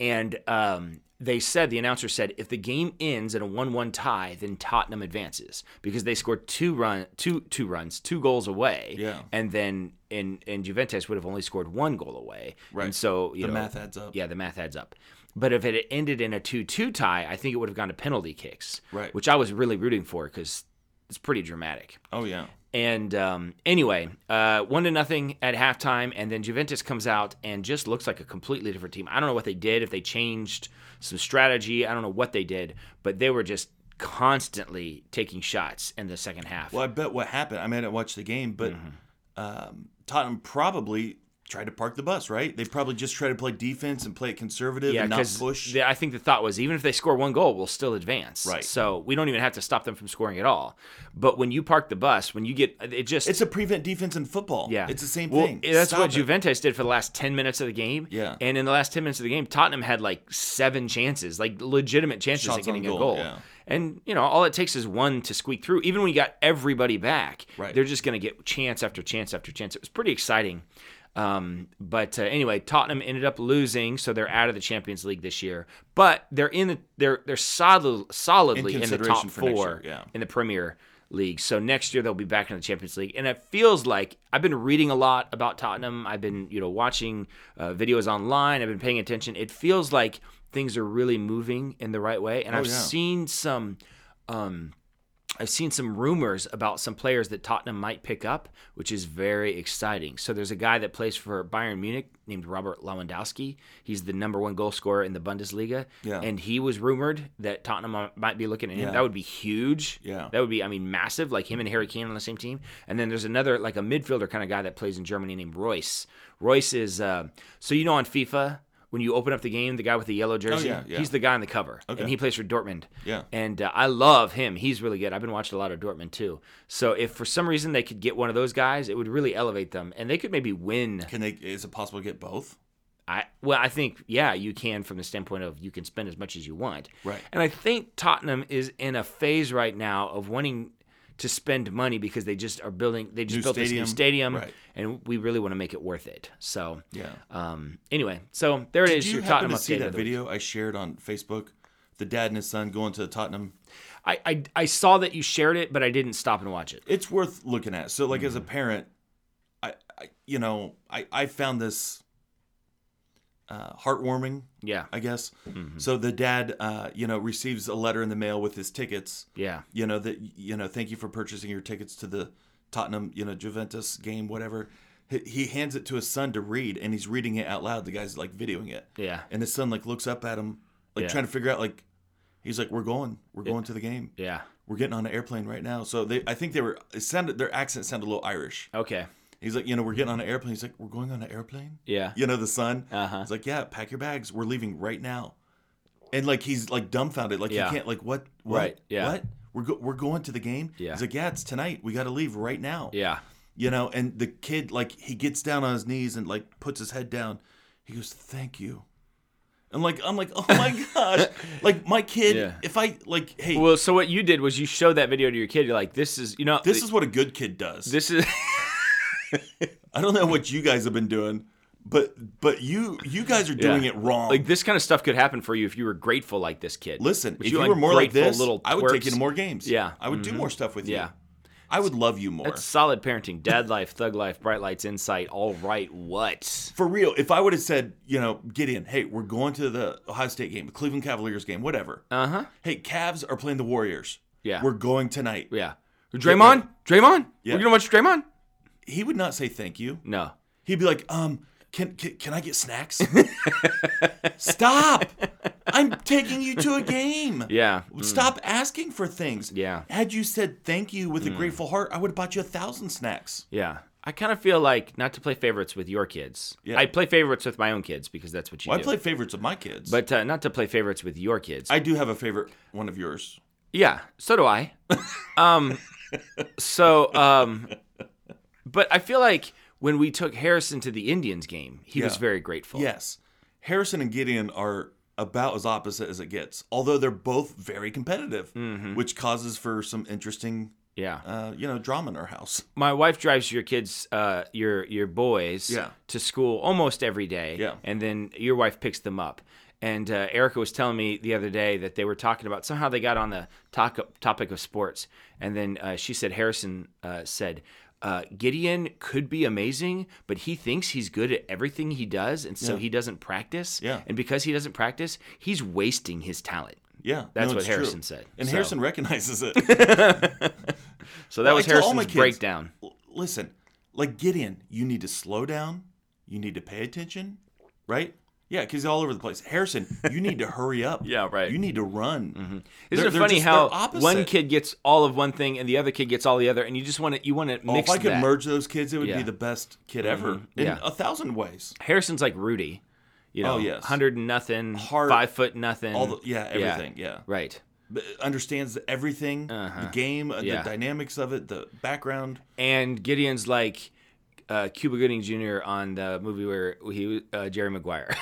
D: and um, they said the announcer said if the game ends in a one-one tie, then Tottenham advances because they scored two run two two runs, two goals away,
C: Yeah.
D: and then and and Juventus would have only scored one goal away,
C: Right.
D: And so you
C: The
D: know,
C: math adds up.
D: Yeah, the math adds up. But if it had ended in a two-two tie, I think it would have gone to penalty kicks,
C: Right.
D: Which I was really rooting for because it's pretty dramatic.
C: Oh yeah.
D: And um, anyway, uh, one to nothing at halftime, and then Juventus comes out and just looks like a completely different team. I don't know what they did, if they changed some strategy. I don't know what they did, but they were just constantly taking shots in the second half.
C: Well, I bet what happened. I mean, I didn't watch the game, but
D: Mm-hmm.
C: um, Tottenham probably tried to park the bus. Right? They probably just tried to play defense and play it conservative
D: yeah,
C: and not
D: because
C: push.
D: I think the thought was even if they score one goal, we'll still advance.
C: Right.
D: So we don't even have to stop them from scoring at all. But when you park the bus, when you get it, just
C: It's a prevent defense in football.
D: Yeah,
C: it's the same
D: Well,
C: thing.
D: That's
C: Stop
D: what
C: it.
D: Juventus did for the last ten minutes of the game.
C: Yeah.
D: and in the last ten minutes of the game, Tottenham had like seven chances, like legitimate chances
C: Shots
D: at getting
C: on
D: a
C: goal,
D: goal.
C: yeah.
D: And you know, all it takes is one to squeak through. Even when you got everybody back,
C: Right.
D: they're just going to get chance after chance after chance. It was pretty exciting. Um, but uh, anyway, Tottenham ended up losing, so they're out of the Champions League this year. But they're in the they're they're solid, solidly in, the top
C: consideration for next
D: four
C: year, yeah.
D: in the Premier League. So next year they'll be back in the Champions League, and it feels like I've been reading a lot about Tottenham. I've been you know watching uh, videos online. I've been paying attention. It feels like things are really moving in the right way, and I've
C: Oh, yeah.
D: seen some. Um, I've seen some rumors about some players that Tottenham might pick up, which is very exciting. So there's a guy that plays for Bayern Munich named Robert Lewandowski. He's the number one goal scorer in the Bundesliga,
C: Yeah.
D: and he was rumored that Tottenham might be looking at him.
C: Yeah.
D: That would be huge.
C: Yeah.
D: that would be I mean massive. Like him and Harry Kane on the same team. And then there's another like a midfielder kind of guy that plays in Germany named Royce. Royce is uh, so you know on FIFA. When you open up the game, the guy with the yellow jersey,
C: Oh, yeah, yeah.
D: he's the guy on the cover,
C: Okay.
D: and he plays for Dortmund.
C: Yeah.
D: And uh, I love him. He's really good. I've been watching a lot of Dortmund too. So if for some reason they could get one of those guys, it would really elevate them, and they could maybe win.
C: Can they? Is it possible to get both?
D: I well, I think yeah, you can from the standpoint of you can spend as much as you want.
C: Right.
D: And I think Tottenham is in a phase right now of wanting to spend money because they just are building. They just
C: New
D: built this
C: stadium.
D: new stadium,
C: Right.
D: and we really want to make it worth it. So
C: Yeah.
D: Um. Anyway, so there it
C: Did
D: is.
C: you
D: your
C: happen
D: Tottenham
C: to see
D: update
C: that
D: of the week.
C: video I shared on Facebook? The dad and his son going to the Tottenham
D: I, I I saw that you shared it, but I didn't stop and watch it.
C: it's worth looking at. So like as a
D: Mm.
C: parent, I, I you know, I I found this uh, heartwarming,
D: Yeah.
C: I guess.
D: Mm-hmm.
C: So the dad uh, you know, receives a letter in the mail with his tickets.
D: Yeah.
C: You know that you know, thank you for purchasing your tickets to the Tottenham, you know, Juventus game whatever. He, he hands it to his son to read and he's reading it out loud. The guy's like videoing it.
D: Yeah.
C: And his son like looks up at him like
D: Yeah.
C: trying to figure out like he's like we're going. We're going to the game
D: Yeah.
C: we're getting on an airplane right now. So they, I think they were. It sounded their accent sounded a little Irish.
D: Okay.
C: He's like, you know, we're getting on an airplane. He's like, we're going on an airplane.
D: Yeah.
C: You know, the son.
D: Uh-huh.
C: He's like, yeah, pack your bags. We're leaving right now. And like he's like dumbfounded. Like
D: Yeah.
C: he can't. Like what? what
D: Right, yeah.
C: What? We're go- we're going to the game.
D: Yeah.
C: He's like, yeah, it's tonight. We got to leave right now.
D: Yeah.
C: You know, and the kid like he gets down on his knees and like puts his head down. He goes, "Thank you." And like I'm like, "Oh my gosh." Like my kid,
D: Yeah.
C: if I like, "Hey,
D: Well, so what you did was you showed that video to your kid. You're like, this is, you know,
C: this is what a good kid does."
D: this is,
C: I don't know what you guys have been doing, but but you you guys are doing
D: Yeah.
C: it wrong.
D: like this kind of stuff could happen for you if you were grateful like this kid.
C: Listen,
D: But
C: if you, were more like
D: ungrateful
C: this, I would take you to
D: twerps.
C: more games.
D: Yeah. Mm-hmm.
C: I would do more stuff with you.
D: Yeah.
C: I would love you more.
D: That's solid parenting. Dad life, thug life, bright lights, insight. All right, what?
C: For real, if I would have said, you know, get in. Hey, we're going to the Ohio State game, the Cleveland Cavaliers game, whatever.
D: Uh huh.
C: hey, Cavs are playing the Warriors.
D: Yeah.
C: We're going tonight.
D: Yeah. Draymond, Draymond,
C: Yeah.
D: we're gonna watch Draymond.
C: He would not say thank you.
D: No.
C: He'd be like, um, can can, can I get snacks? Stop! I'm taking you to a game.
D: Yeah. Mm.
C: Stop asking for things.
D: Yeah. Mm.
C: Had you said thank you with a grateful heart, I would have bought you a thousand snacks.
D: Yeah. I kind of feel like not to play favorites with your kids.
C: Yeah.
D: I play favorites with my own kids because that's what you
C: Well, I
D: do.
C: play favorites of my kids.
D: but uh, not to play favorites with your kids.
C: I do have a favorite one of yours.
D: yeah, so do I. um, so, um, but I feel like when we took Harrison to the Indians game, he was
C: Yeah.
D: very grateful.
C: Yes. Harrison and Gideon are about as opposite as it gets, although they're both very competitive,
D: Mm-hmm.
C: which causes for some interesting,
D: Yeah.
C: uh, you know, drama in our house.
D: my wife drives your kids, uh, your your boys,
C: Yeah.
D: to school almost every day.
C: Yeah.
D: and then your wife picks them up. And uh, Erica was telling me the other day that they were talking about somehow they got on the talk, topic of sports, and then uh, she said Harrison uh, said. Uh, Gideon could be amazing, but he thinks he's good at everything he does, and so he doesn't practice.
C: Yeah.
D: And because he doesn't practice, he's wasting his talent.
C: Yeah,
D: That's
C: no,
D: what
C: it's true.
D: Harrison said,
C: and
D: so.
C: Harrison recognizes it.
D: So that
C: Well,
D: was
C: I tell all
D: Harrison's
C: my kids-
D: breakdown.
C: L- Listen, like Gideon, you need to slow down. You need to pay attention, right? Yeah, because he's all over the place. Harrison, you need to hurry up.
D: Yeah, right. Mm-hmm.
C: You need to run.
D: Isn't
C: They're-
D: it
C: they're
D: funny
C: just-
D: how
C: they're opposite.
D: one kid gets all of one thing and the other kid gets all the other, and you just want to you want to
C: Oh, if
D: mix
C: I could
D: that.
C: merge those kids, it would
D: Yeah. Mm-hmm.
C: be the best kid ever in
D: Yeah.
C: a thousand ways.
D: Harrison's like Rudy, you know,
C: Oh, yes.
D: hundred and nothing,
C: Hard-
D: five foot nothing,
C: All the yeah, everything yeah.
D: right.
C: But understands everything, the game, uh,
D: Uh-huh. Yeah.
C: the dynamics of it, the background.
D: And Gideon's like uh, Cuba Gooding Jr. on the movie where he was- uh, Jerry Maguire.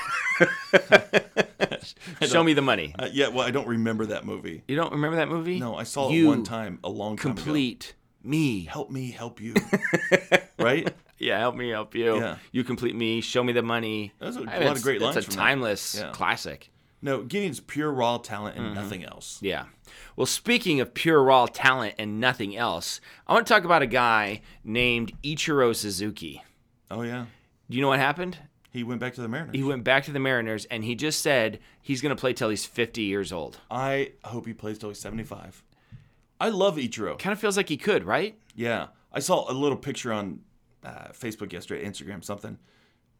D: Show me the money.
C: Uh, yeah, well, I don't remember that movie.
D: You don't remember that movie?
C: No, I saw
D: You
C: it one time a long time ago.
D: Complete me.
C: Help me, help you. right?
D: Yeah, help me, help you.
C: Yeah.
D: You complete me. Show me the money.
C: Those are a
D: I mean,
C: lot of
D: it's-
C: great lines
D: It's a
C: from that.
D: timeless
C: Yeah.
D: classic.
C: No, Gideon's pure raw talent
D: Mm-hmm.
C: and nothing else.
D: Yeah. Well, speaking of pure raw talent and nothing else, I want to talk about a guy named Ichiro Suzuki.
C: Oh yeah,
D: Do you know what happened?
C: he went back to the Mariners.
D: He went back to the Mariners and he just said he's going to play till he's 50 years old.
C: I hope he plays till he's seventy-five. I love Ichiro.
D: Kind of feels like he could, right?
C: Yeah, I saw a little picture on uh, Facebook yesterday, Instagram, something.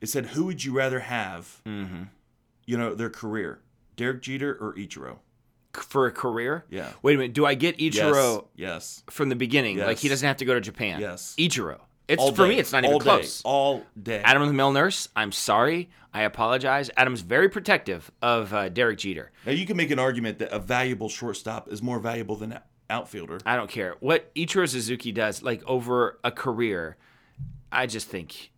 C: It said, "Who would you rather have?
D: Mm-hmm.
C: You know, their career, Derek Jeter or Ichiro?"
D: C- For a career?
C: Yeah.
D: Wait a minute. Do I get Ichiro
C: Yes. yes.
D: from the beginning? Like he
C: Yes.
D: doesn't have to go to Japan.
C: Yes.
D: Ichiro. It's
C: All
D: for
C: day.
D: me it's not even
C: All day.
D: close.
C: All day.
D: Adam Milnurse, I'm sorry. I apologize. Adam's very protective of uh, Derek Jeter.
C: now you can make an argument that a valuable shortstop is more valuable than an outfielder.
D: I don't care what Ichiro Suzuki does, like over a career. I just think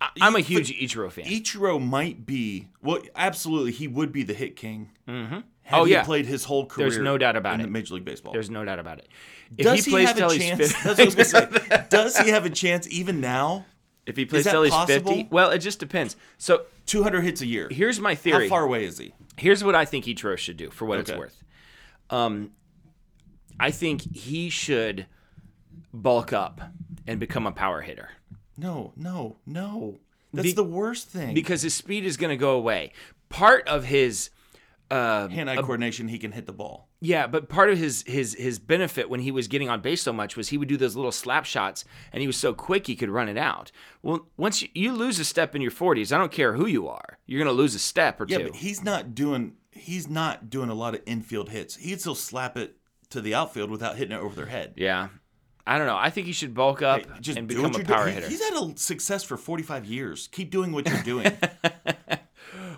D: I, I'm a huge Ichiro fan.
C: Ichiro might be well, absolutely, he would be the hit king. Mm-hmm.
D: Oh,
C: he
D: yeah.
C: played his whole career.
D: There's no doubt about
C: in
D: it.
C: the Major League Baseball.
D: There's no doubt about it. If
C: does he, have
D: till
C: a
D: he's
C: chance?
D: 50
C: That's what I was gonna say. Does he have a chance even now?
D: if he plays
C: that
D: till he's
C: possible?
D: 50, well, it just depends. So
C: 200 hits a year.
D: here's my
C: How
D: theory.
C: far away is he?
D: Here's what I think Ichiro should do for what it's
C: Okay.
D: worth. Um, I think he should bulk up and become a power hitter.
C: No, no, no. That's
D: Be-
C: the worst thing.
D: because his speed is going to go away. Part of his
C: hand-eye coordination, he can hit the ball.
D: yeah, but part of his his his benefit when he was getting on base so much was he would do those little slap shots, and he was so quick he could run it out. Well, once you, you lose a step in your forties, I don't care who you are, you're going to lose a step or
C: Yeah,
D: two.
C: but he's not doing. He's not doing a lot of infield hits. He'd still slap it to the outfield without hitting it over their head.
D: yeah, I don't know. I think he should bulk up
C: Just
D: and
C: do
D: become
C: what
D: a
C: you're doing.
D: power
C: He-
D: hitter.
C: He's had a success for 45 years. Keep doing what you're doing.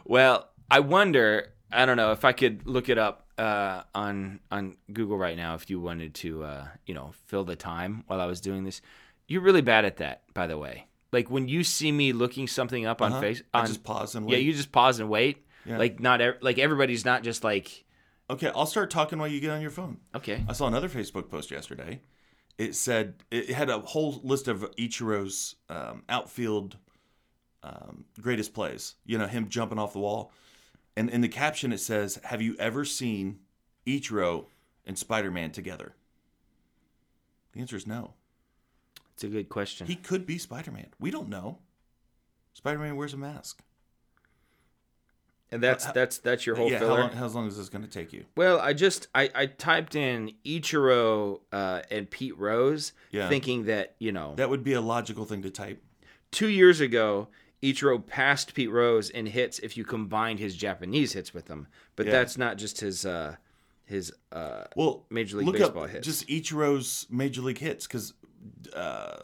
D: Well, I wonder. I don't know if I could look it up uh, on on Google right now. If you wanted to, uh, you know, fill the time while I was doing this, you're really bad at that, by the way. Like when you see me looking something up on face,
C: Uh-huh. I
D: on,
C: just pause and
D: yeah,
C: wait.
D: you just pause and wait.
C: Yeah.
D: Like not ev- like everybody's not just like
C: Okay, I'll start talking while you get on your phone.
D: okay,
C: I saw another Facebook post yesterday. It said it had a whole list of Ichiro's um, outfield um, greatest plays. You know, him jumping off the wall, and in the caption it says, "Have you ever seen Ichiro and Spider-Man together?" The answer is no.
D: it's a good question.
C: He could be Spider-Man. We don't know. Spider-Man wears a mask.
D: and that's that's that's your whole
C: yeah. How
D: filler.
C: long, how long is this going to take you?
D: Well, I just I, I typed in Ichiro uh, and Pete Rose,
C: Yeah.
D: thinking that you know
C: That would be a logical thing to type.
D: two years ago, Ichiro passed Pete Rose in hits if you combined his Japanese hits with them. But that's not just his uh, his uh,
C: Well,
D: Major League
C: look
D: Baseball
C: up
D: hits.
C: Just Ichiro's major league hits because uh,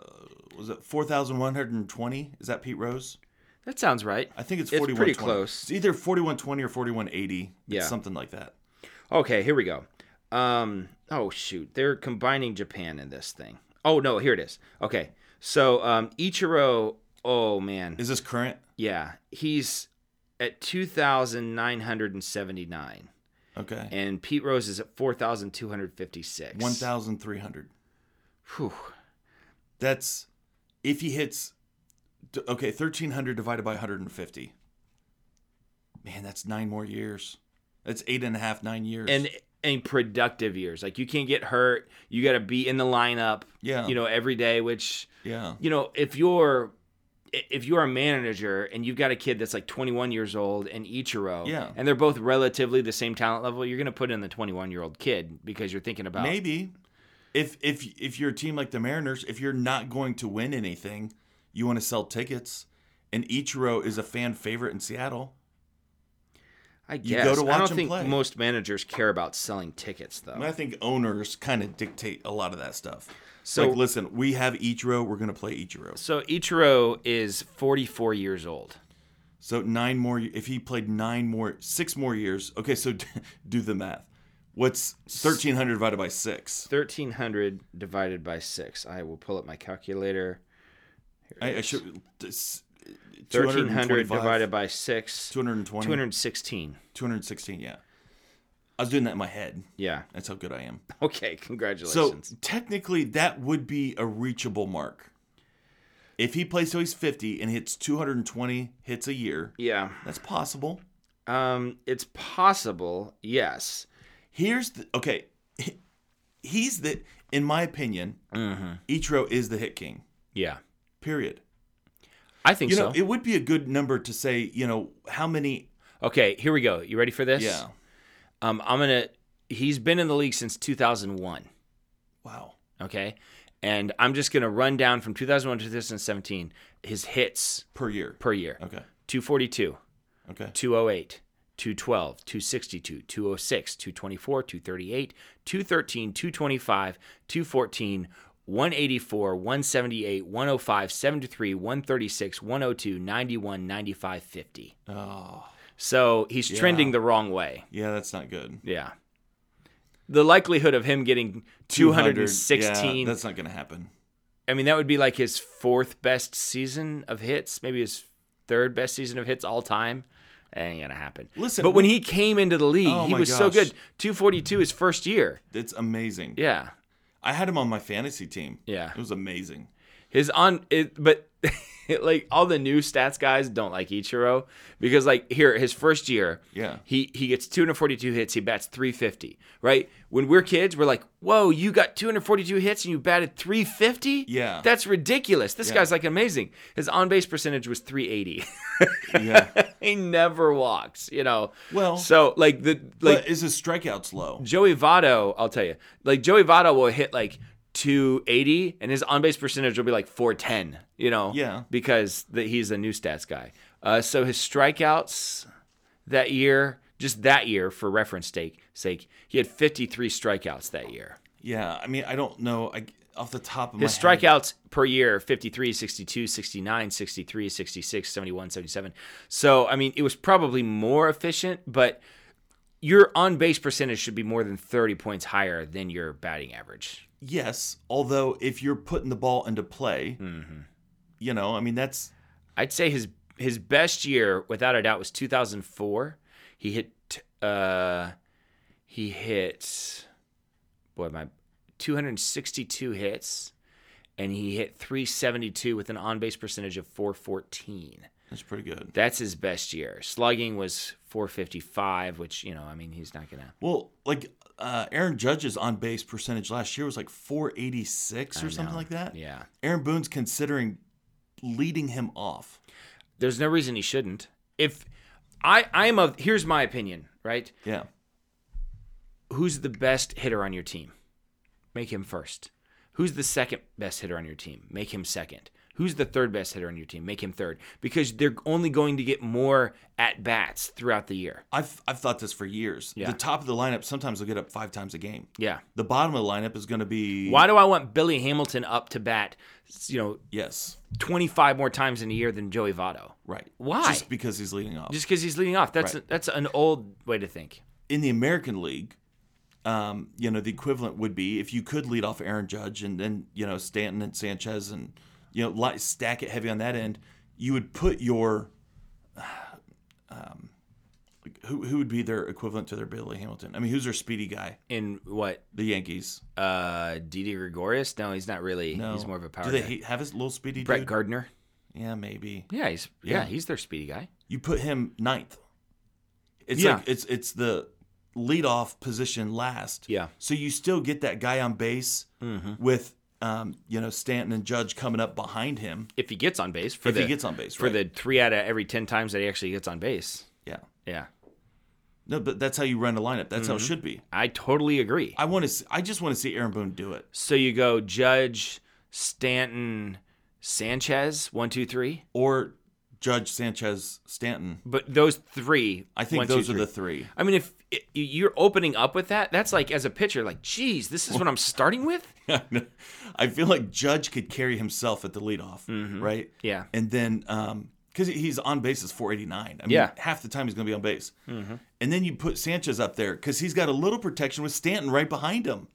C: was it four thousand one hundred and twenty? Is that Pete Rose?
D: that sounds right.
C: I think it's
D: It's
C: forty
D: pretty
C: one.
D: close.
C: It's either forty one twenty or forty one eighty.
D: Yeah.
C: something like that.
D: Okay, here we go. Um, oh shoot, they're combining Japan in this thing. Oh no, here it is. Okay, so um, Ichiro. Oh man,
C: Is this current?
D: yeah, he's at two thousand nine hundred and seventy nine,
C: Okay,
D: and Pete Rose is at four thousand two hundred fifty six.
C: one thousand three hundred.
D: Whew.
C: That's if he hits. d- Okay, thirteen hundred divided by one hundred and fifty. Man, that's nine more years. That's eight and a half, nine years.
D: And and productive years, like you can't get hurt. You got to be in the lineup.
C: Yeah.
D: you know every day, which
C: yeah,
D: you know, if you're if you're a manager and you've got a kid that's like 21 years old and Ichiro,
C: Yeah.
D: and they're both relatively the same talent level, you're going to put in the 21 year old kid because you're thinking about
C: Maybe if if if you're a team like the Mariners, if you're not going to win anything, you want to sell tickets. And Ichiro is a fan favorite in Seattle.
D: I
C: You
D: guess
C: go to watch
D: I don't
C: him
D: think
C: play.
D: most managers care about selling tickets though.
C: And I think owners kind of dictate a lot of that stuff.
D: So-
C: So like, listen, we have Ichiro. We're gonna play Ichiro.
D: so Ichiro is 44 years old.
C: So nine more. If he played nine more, six more years. Okay, so do the math. What's thirteen hundred divided by six?
D: 1300 divided by 6. I will pull up my calculator.
C: I, I should. this-
D: 1300
C: 225,
D: divided by 6.
C: 220,
D: 216.
C: 216, Yeah, I was doing that in my head.
D: Yeah.
C: That's how good I am.
D: Okay,
C: So
D: congratulations.
C: technically, that would be a reachable mark. If he plays till he's 50 and hits 220 hits a year,
D: yeah.
C: that's possible.
D: Um, it's possible, yes.
C: Here's the okay. He's the, in my opinion, Mm-hmm. Ichiro is the hit king.
D: Yeah,
C: Period.
D: I think
C: You
D: so.
C: know, it would be a good number to say. You know, how many?
D: okay, here we go. You ready for this?
C: Yeah.
D: Um, I'm gonna. He's been in the league since 2001.
C: Wow.
D: Okay, and I'm just gonna run down from 2001 to 2017 his hits
C: Per year.
D: per year:
C: Okay.
D: 242,
C: Okay.
D: 208, 212, 262, 206, 224, 238, 213, 225, 214, 184, 178, 105, 73, 136, 102, 91, 95, 50.
C: Oh,
D: So he's trending the wrong way.
C: yeah. That's not good.
D: Yeah. The likelihood of him getting 216
C: Yeah, that's not going to happen.
D: I mean that would be like his fourth best season of hits, maybe his third best season of hits all time. That ain't gonna happen.
C: Listen,
D: but when
C: we-
D: he came into the league,
C: Oh
D: he
C: my
D: was so
C: gosh.
D: good. 242 his first year.
C: It's amazing.
D: Yeah.
C: I had him on my fantasy team.
D: Yeah.
C: It was amazing.
D: His on it, but like all the new stats guys don't like Ichiro because like here his first year,
C: Yeah.
D: he he gets 242 hits, he bats 350, right? When we're kids, we're like, "Whoa, you got 242 hits and you batted 350?
C: Yeah.
D: that's ridiculous." This
C: Yeah.
D: guy's like amazing. His on base percentage was 380.
C: Yeah.
D: he never walks, you know.
C: Well-
D: so like the like
C: but is his strikeouts low?
D: Joey Votto, I'll tell you, like Joey Votto will hit like 280, and his on base percentage will be like 410. You know,
C: Yeah.
D: because the, he's a new stats guy. Uh, so his strikeouts that year, just that year, for reference sake, sake, he had 53 strikeouts that year.
C: Yeah. I mean, I don't know. I, off the top of
D: His
C: my head.
D: strikeouts per year 53, 62, 69, 63, 66, 71, 77. So, I mean, it was probably more efficient, but your on base percentage should be more than 30 points higher than your batting average.
C: Yes. Although, if you're putting the ball into play,
D: Mm-hmm.
C: you know, I mean, that's
D: I'd say his his best year without a doubt was 2004. He hit uh he hit boy my 262 hits and he hit 372 with an on-base percentage of 414.
C: that's pretty good.
D: That's his best year. Slugging was 455, which, you know, I mean, he's not going to.
C: Well, like uh, Aaron Judge's on base percentage last year was like 486 or something like that.
D: Yeah.
C: Aaron Boone's considering leading him off.
D: There's no reason he shouldn't. If I I'm of here's my opinion, right?
C: Yeah.
D: Who's the best hitter on your team? Make him first. Who's the second best hitter on your team? Make him second. Who's the third best hitter on your team? Make him third because they're only going to get more at bats throughout the year.
C: I've I've thought this for years.
D: Yeah.
C: The top of the lineup sometimes will get up five times a game.
D: Yeah.
C: The bottom of the lineup is going to be
D: Why do I want Billy Hamilton up to bat, you know,
C: Yes,
D: 25 more times in a year than Joey Votto?
C: right.
D: Why?
C: Just because he's leading off.
D: Just because he's leading off. That's
C: Right.
D: that's an old way to think.
C: in the American League, um, you know, the equivalent would be if you could lead off Aaron Judge and then, you know, Stanton and Sanchez and, you know, li- stack it heavy on that end, you would put your. Um, who, who would be their equivalent to their Billy Hamilton? I mean, who's their speedy guy?
D: In what?
C: The Yankees.
D: Uh, Didi Gregorius? No, he's not really.
C: No.
D: He's more of a power.
C: Do they
D: guy.
C: hate- have his little speedy
D: Brett
C: dude?
D: Gardner?
C: yeah, maybe.
D: Yeah, he's yeah.
C: Yeah.
D: he's their speedy guy.
C: You put him ninth. It's
D: Yeah.
C: like it's it's the leadoff position last.
D: Yeah. Mm-hmm.
C: So you still get that guy on base with um, you know Stanton and Judge coming up behind him
D: If he gets on base, for
C: if
D: the,
C: he gets on base.
D: for
C: right?
D: the three out of every ten times that he actually gets on base.
C: yeah.
D: Yeah,
C: No, but that's how you run a lineup. That's
D: Mm-hmm.
C: how it should be.
D: I totally agree.
C: I want to. I just want to see Aaron Boone do it,
D: So you go Judge, Stanton, Sanchez, one, two, three.
C: or Judge Sanchez Stanton.
D: But those three,
C: I think
D: one, two,
C: those are the three.
D: I mean, if i- you're opening up with that, that's like as a pitcher, like, geez, this is what I'm starting with.
C: I feel like Judge could carry himself at the leadoff,
D: Mm-hmm.
C: right?
D: Yeah.
C: And then, because he's on base is 489. I mean,
D: Yeah. Mm-hmm.
C: half the time he's going to be on base. And then you put Sanchez up there because he's got a little protection with Stanton right behind him,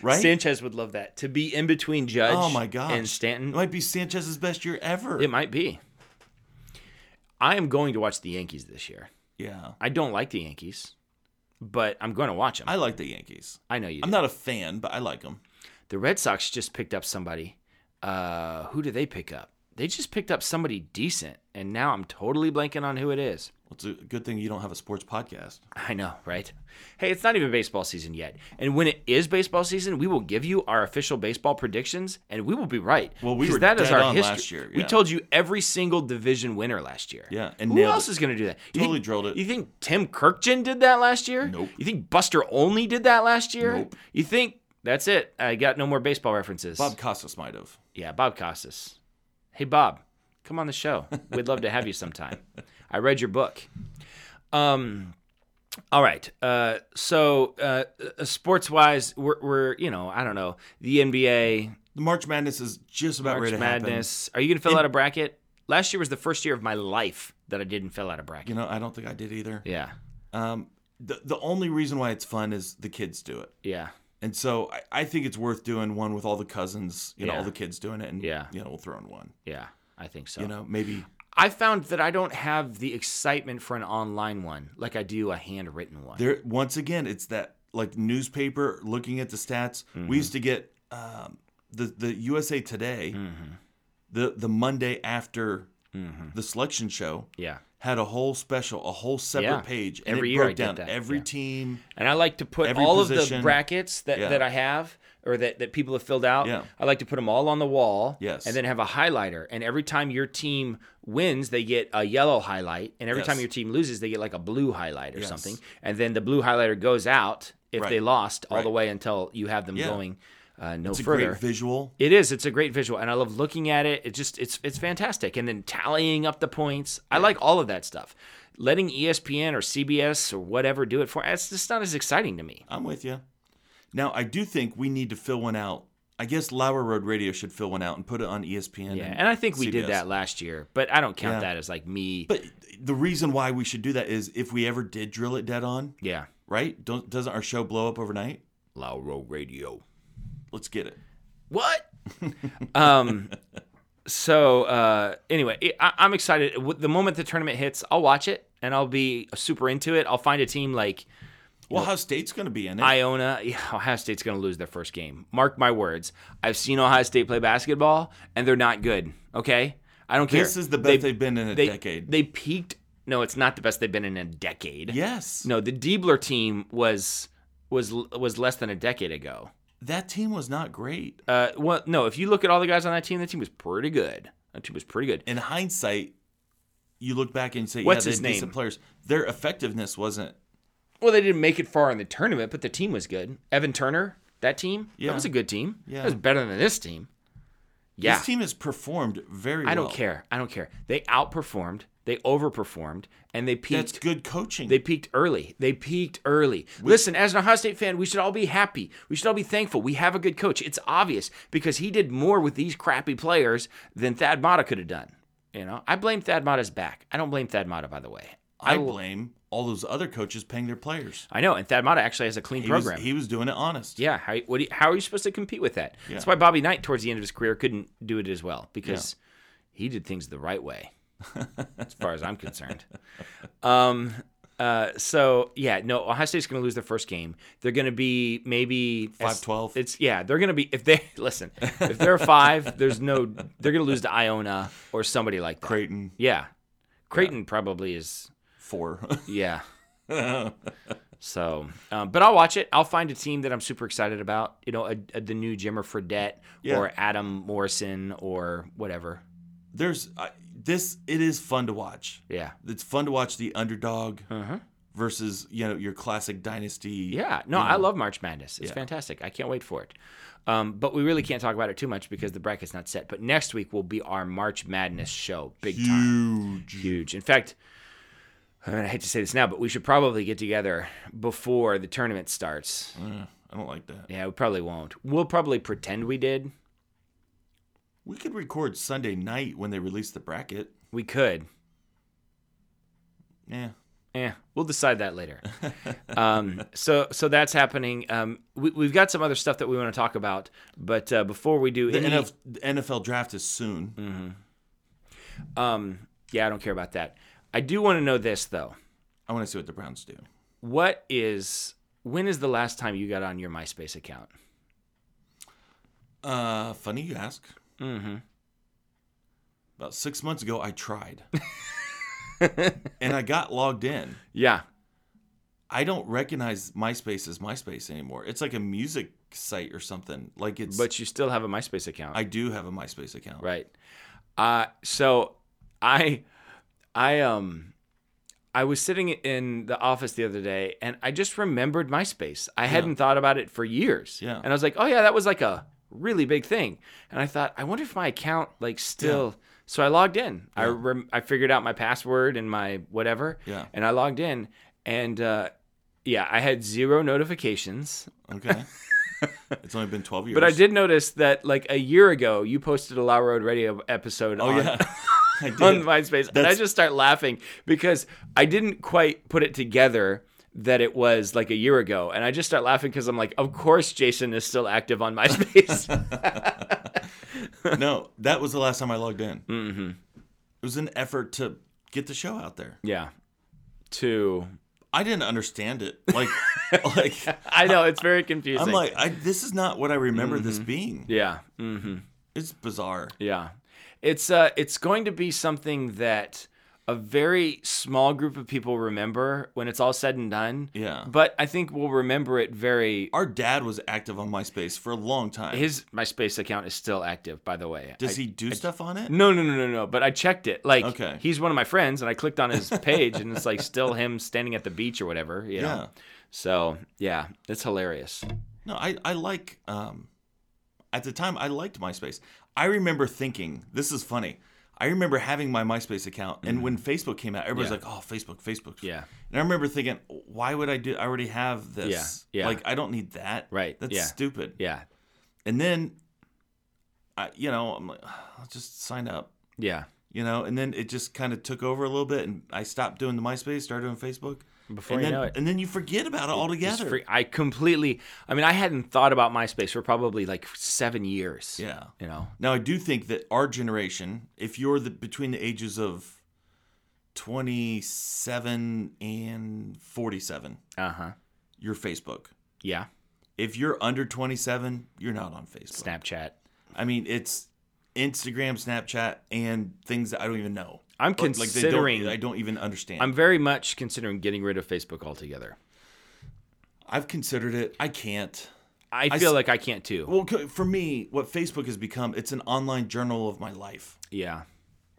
C: right?
D: Sanchez would love that to be in between Judge.
C: oh my gosh.
D: and
C: It
D: Stanton.
C: might be Sanchez's best year ever.
D: It might be. I am going to watch the Yankees this year.
C: yeah.
D: I don't like the Yankees, but I'm going to watch them.
C: I
D: I,
C: like the Yankees.
D: know you.
C: I'm
D: do.
C: not a fan, but I like them.
D: The Red Sox just picked up somebody. Uh, who did they pick up? They just picked up somebody decent, and now I'm totally blanking on who it is.
C: It's a good thing you don't have a sports podcast.
D: I know, right? Hey, it's not even baseball season yet. And when it is baseball season, we will give you our official baseball predictions and we will be right.
C: Well, we
D: 'Cause
C: were dead on last year,
D: We
C: yeah.
D: told you every single division winner last year.
C: Yeah, and
D: who
C: nailed
D: else
C: it.
D: is going to do that? You
C: Totally
D: think-
C: drilled it.
D: You think Tim Kirkjian did that last year?
C: Nope.
D: You think Buster Only did that last year?
C: Nope.
D: You think that's it? I got no more baseball references.
C: Bob Costas might have.
D: Yeah, Bob Costas. Hey, Bob, come on the show. We'd love to have you sometime. I read your book. Um, all right. Uh, so uh, sports wise, we're, we're you know I don't know the NBA,
C: The March Madness is just about
D: March
C: ready to happen.
D: Madness. Are you gonna fill out a bracket? Last year was the first year of my life that I didn't fill out a bracket.
C: You know, I don't think I did either.
D: yeah,
C: Um, the, the only reason why it's fun is the kids do it.
D: yeah,
C: And so I, I think it's worth doing one with all the cousins, you know,
D: Yeah.
C: all the kids doing it, and
D: Yeah.
C: you know, we'll throw in one.
D: yeah. I think so.
C: You know, maybe
D: I found that I don't have the excitement for an online one like I do a handwritten one.
C: there. Once again, it's that like newspaper looking at the stats.
D: Mm-hmm.
C: We used to get um, the the USA Today,
D: Mm-hmm.
C: the the Monday after the selection show.
D: yeah.
C: Had a whole special, a whole separate
D: Yeah.
C: page, and
D: Every
C: it
D: year I
C: broke
D: get
C: down
D: that,
C: every
D: yeah.
C: team.
D: And I like to put
C: Every
D: all of the
C: position.
D: brackets that,
C: Yeah.
D: that I have or that, that people have filled out.
C: Yeah.
D: I like to put them all on the wall.
C: Yes.
D: And then have a highlighter. And every time your team wins, they get a yellow highlight. And every
C: Yes.
D: time your team loses, they get like a blue highlight or
C: Yes.
D: something. And then the blue highlighter goes out if
C: Right.
D: they lost all the
C: Right.
D: way until you have them
C: Yeah.
D: going uh, no
C: It's a
D: further.
C: great visual.
D: It is. It's a great visual, and I love looking at it. It just it's it's fantastic. And then tallying up the points, I like all of that stuff. Letting E ESPN or CBS or whatever do it for it's just not as exciting to me.
C: I'm with you. Now, I do think we need to fill one out. I guess Lower Road Radio should fill one out and put it on E ESPN.
D: Yeah, and I think we did
C: CBS.
D: that last year, but I don't count
C: Yeah.
D: that as like me.
C: But the reason why we should do that is if we ever did drill it dead on,
D: yeah,
C: right? Don't, doesn't our show blow up overnight?
D: Lauro Radio.
C: Let's get it.
D: What? um. So uh, anyway, it- I, I'm excited. W- The moment the tournament hits, I'll watch it and I'll be super into it. I'll find a team like
C: Well, Ohio State's going to be in it.
D: Iona, yeah, Ohio State's going to lose their first game. Mark my words. I've seen Ohio State play basketball, and they're not good. Okay, I don't care.
C: this is the best they, have been in a
D: they,
C: decade.
D: They peaked. No, it's not the best they've been in a decade.
C: yes.
D: No, the Diebler team was was was less than a decade ago.
C: That team was not great.
D: Uh, well, no, if you look at all the guys on that team, that team was pretty good. That team was pretty good.
C: In hindsight, you look back and say,
D: What's
C: yeah,
D: his
C: they're decent
D: name?
C: players. Their effectiveness wasn't.
D: Well, they didn't make it far in the tournament, but the team was good. Evan Turner, that team,
C: Yeah.
D: that was a good team.
C: Yeah.
D: That was better than this team. Yeah.
C: This team has performed very well.
D: I don't care. I don't care. They outperformed, they overperformed, and they peaked.
C: That's good coaching.
D: They peaked early. They peaked early. Listen, as an Ohio State fan, we should all be happy. We should all be thankful. We have a good coach. It's obvious because he did more with these crappy players than Thad Matta could have done. You know, I blame Thad Matta's back. I don't blame Thad Matta, by the way.
C: I blame all those other coaches paying their players.
D: I know, and Thad Matta actually has a clean
C: He was,
D: program.
C: he was doing it honest.
D: yeah, how, what do you- how are you supposed to compete with that? That's why Bobby Knight, towards the end of his career, couldn't do it as well because he did things the right way, as far as I'm concerned. Um, uh, so yeah, no, Ohio State's going to lose their first game. They're going to be maybe
C: 5-12.
D: It's yeah, they're going to be if they listen. If they're five, there's no. They're going to lose to Iona or somebody like that.
C: Creighton
D: Yeah, Creighton probably is.
C: four.
D: Yeah. so, um, but I'll watch it. I'll find a team that I'm super excited about. You know, a, a, the new Jimmer Fredette
C: Yeah.
D: or Adam Morrison or whatever.
C: There's I this. It is fun to watch.
D: Yeah.
C: It's fun to watch the underdog versus you know your classic dynasty.
D: Yeah, no, I love March Madness. It's fantastic. I can't wait for it. Um, but we really can't talk about it too much because the bracket's not set. But next week will be our March Madness show, big time,
C: Huge.
D: huge. In fact, I, mean, I hate to say this now, but we should probably get together before the tournament starts.
C: I don't like that.
D: Yeah, we probably won't. We'll probably pretend we did.
C: We could record Sunday night when they release the bracket.
D: We could.
C: Yeah.
D: Yeah, we'll decide that later. um, so, so that's happening. Um, we, we've got some other stuff that we want to talk about, but uh, before we do,
C: The,
D: any-
C: NF the NFL draft is soon.
D: Mm. Um, yeah, I don't care about that. I do want to know this though.
C: I want to see what the Browns do.
D: What is when is the last time you got on your MySpace account?
C: Uh, funny you ask. Mm-hmm. About six months ago, I tried, and I got logged in.
D: Yeah.
C: I don't recognize MySpace as MySpace anymore. It's like a music site or something. Like it's.
D: But you still have a MySpace account.
C: I do have a MySpace account.
D: right. Uh so I I um I was sitting in the office the other day and I just remembered MySpace. I hadn't thought about it for years.
C: Yeah.
D: And I was like, "Oh yeah, that was like a really big thing." And I thought, "I wonder if my account like still So I logged in. I rem- I figured out my password and my whatever.
C: Yeah.
D: And I logged in and uh yeah, I had zero notifications.
C: Okay. it's only been twelve years.
D: But I did notice that like a year ago you posted a Low Road Radio episode
C: Oh
D: on
C: yeah. I did.
D: on MySpace. and I
C: That's-
D: just start laughing because I didn't quite put it together that it was like a year ago. And I just start laughing because I'm like, of course Jason is still active on MySpace.
C: no, that was the last time I logged in. Mm-hmm. It was an effort to get the show out there.
D: yeah. To
C: I didn't understand it. Like, like
D: I know it's very confusing.
C: I'm like, I, this is not what I remember
D: Mm-hmm.
C: this being.
D: yeah. Mm,
C: It's bizarre.
D: Yeah. It's uh it's going to be something that a very small group of people remember when it's all said and done.
C: Yeah.
D: But I think we'll remember it very
C: Our dad was active on MySpace for a long time.
D: his MySpace account is still active, by the way.
C: Does
D: I-
C: he do stuff on it?
D: No, no, no, no, no. But I checked it. Like,
C: Okay.
D: he's one of my friends, and I clicked on his page, and it's like still him standing at the beach or whatever. You know?
C: Yeah.
D: So yeah, it's hilarious.
C: No, I, I like um at the time I liked MySpace. I remember thinking, this is funny. I remember having my MySpace account and when Facebook came out, everybody's
D: Mm-hmm. Yeah.
C: like, Oh, Facebook, Facebook.
D: Yeah.
C: And I remember thinking, why would I do I already have this?
D: Yeah, yeah.
C: Like I don't need that.
D: Right,
C: That's
D: yeah.
C: stupid.
D: Yeah.
C: And then I you know, I'm like, I'll just sign up.
D: Yeah.
C: You know, and then it just kind of took over a little bit, and I stopped doing the MySpace, started doing Facebook.
D: Before
C: and
D: you
C: then,
D: know it-
C: and then you forget about it
D: It's
C: altogether.
D: free- I completely. I mean, I hadn't thought about MySpace for probably like seven years.
C: Yeah.
D: You know.
C: Now I do think that our generation, if you're the between the ages of 27 and 47,
D: Uh huh.
C: you're Facebook.
D: Yeah.
C: If you're under 27, you're not on Facebook.
D: Snapchat.
C: I mean, it's Instagram, Snapchat, and things that I don't even know.
D: I'm
C: Or, they don't-
D: considering-
C: I don't even understand.
D: I'm very much considering getting rid of Facebook altogether.
C: I've considered it. I can't.
D: I
C: I
D: feel
C: s-
D: like I can't too.
C: Well, c- for me, what Facebook has become, it's an online journal of my life.
D: yeah.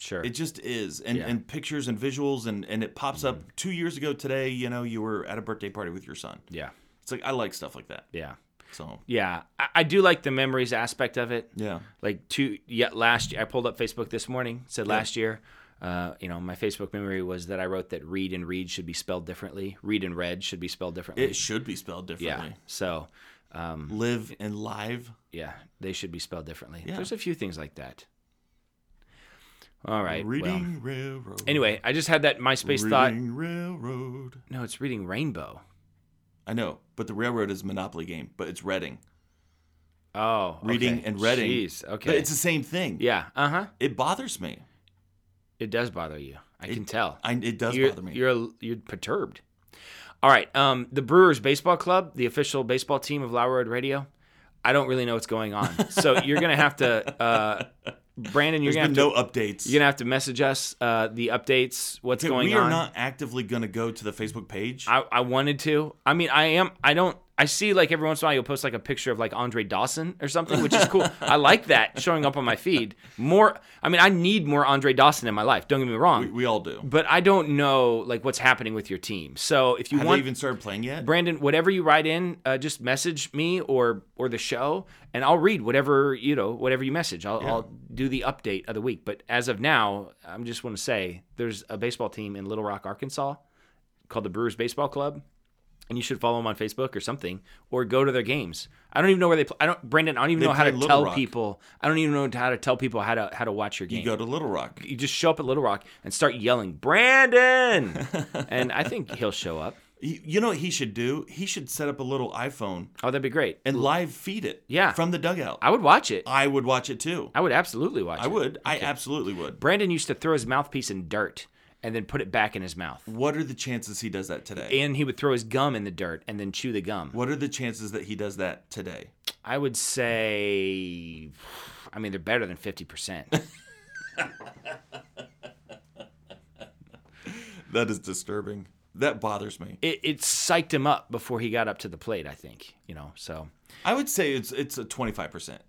D: Sure.
C: It just is, and and pictures and visuals, and and it pops
D: Mm-hmm.
C: up. Two years ago today, you know, you were at a birthday party with your son.
D: yeah.
C: It's like I like stuff like that.
D: Yeah.
C: So
D: Yeah, I, I do like the memories aspect of it.
C: yeah,
D: Like two, yeah, last I pulled up Facebook this morning. Said last year, uh, you know, my Facebook memory was that I wrote that Reed and Reed should be spelled differently. Reed and Red should be spelled differently.
C: it should be spelled
D: yeah.
C: differently.
D: So, Mm-hmm.
C: Live and live.
D: yeah, they should be spelled differently.
C: Yeah.
D: There's a few things like that. All right. well.
C: Reading railroad.
D: anyway, I just had that MySpace
C: reading
D: thought.
C: railroad.
D: No, it's reading Rainbow.
C: I know, but the railroad is a Monopoly game, but it's Reading.
D: Oh,
C: Reading
D: okay.
C: and Reading.
D: Jeez, okay.
C: But it's the same thing.
D: yeah, uh huh.
C: It bothers me.
D: It does bother you. I can tell.
C: I, it does
D: you're,
C: bother me.
D: You're you're perturbed. All right. Um, the Brewers baseball club, the official baseball team of Lower Road Radio. I don't really know what's going on, so you're gonna have to, uh, Brandon. You're
C: There's
D: gonna
C: been
D: have
C: no
D: to.
C: updates.
D: You're gonna have to message us uh, the updates. What's
C: Okay,
D: going
C: we
D: on?
C: are not actively going to go to the Facebook page.
D: I, I wanted to. I mean, I am. I don't. I see like every once in a while you'll post like a picture of like Andre Dawson or something, which is cool. I like that showing up on my feed. More. I mean, I need more Andre Dawson in my life. Don't get me wrong.
C: we, we all do.
D: but I don't know like what's happening with your team. So if you
C: Have
D: want,
C: they even started playing yet?
D: Brandon, whatever you write in, uh, just message me or or the show, and I'll read whatever you know, whatever you message. I'll, I'll do the update of the week. But as of now, I am just want to say there's a baseball team in Little Rock, Arkansas, called the Brewers Baseball Club, and you should follow them on Facebook or something, or go to their games. I don't even know where they play. I don't, Brandon. I don't even know how
C: play
D: to
C: in Little
D: tell
C: Rock.
D: people. I don't even know how to tell people how to how to watch your game
C: you go to Little Rock.
D: you just show up at Little Rock and start yelling, Brandon, and I think he'll show up.
C: He- you know what he should do? He should set up a little iPhone
D: Oh, that'd be great.
C: and live feed it.
D: Yeah.
C: From the dugout.
D: I would watch it.
C: I would watch it too.
D: I would absolutely watch it.
C: I would. I absolutely would.
D: Brandon used to throw his mouthpiece in dirt and then put it back in his mouth,
C: What are the chances he does that today?
D: and he would throw his gum in the dirt and then chew the gum.
C: What are the chances that he does that today?
D: I would say, I mean, they're better than fifty percent.
C: That is disturbing. That bothers me.
D: It, it psyched him up before he got up to the plate. I think you know. So
C: I would say it's it's a twenty five percent.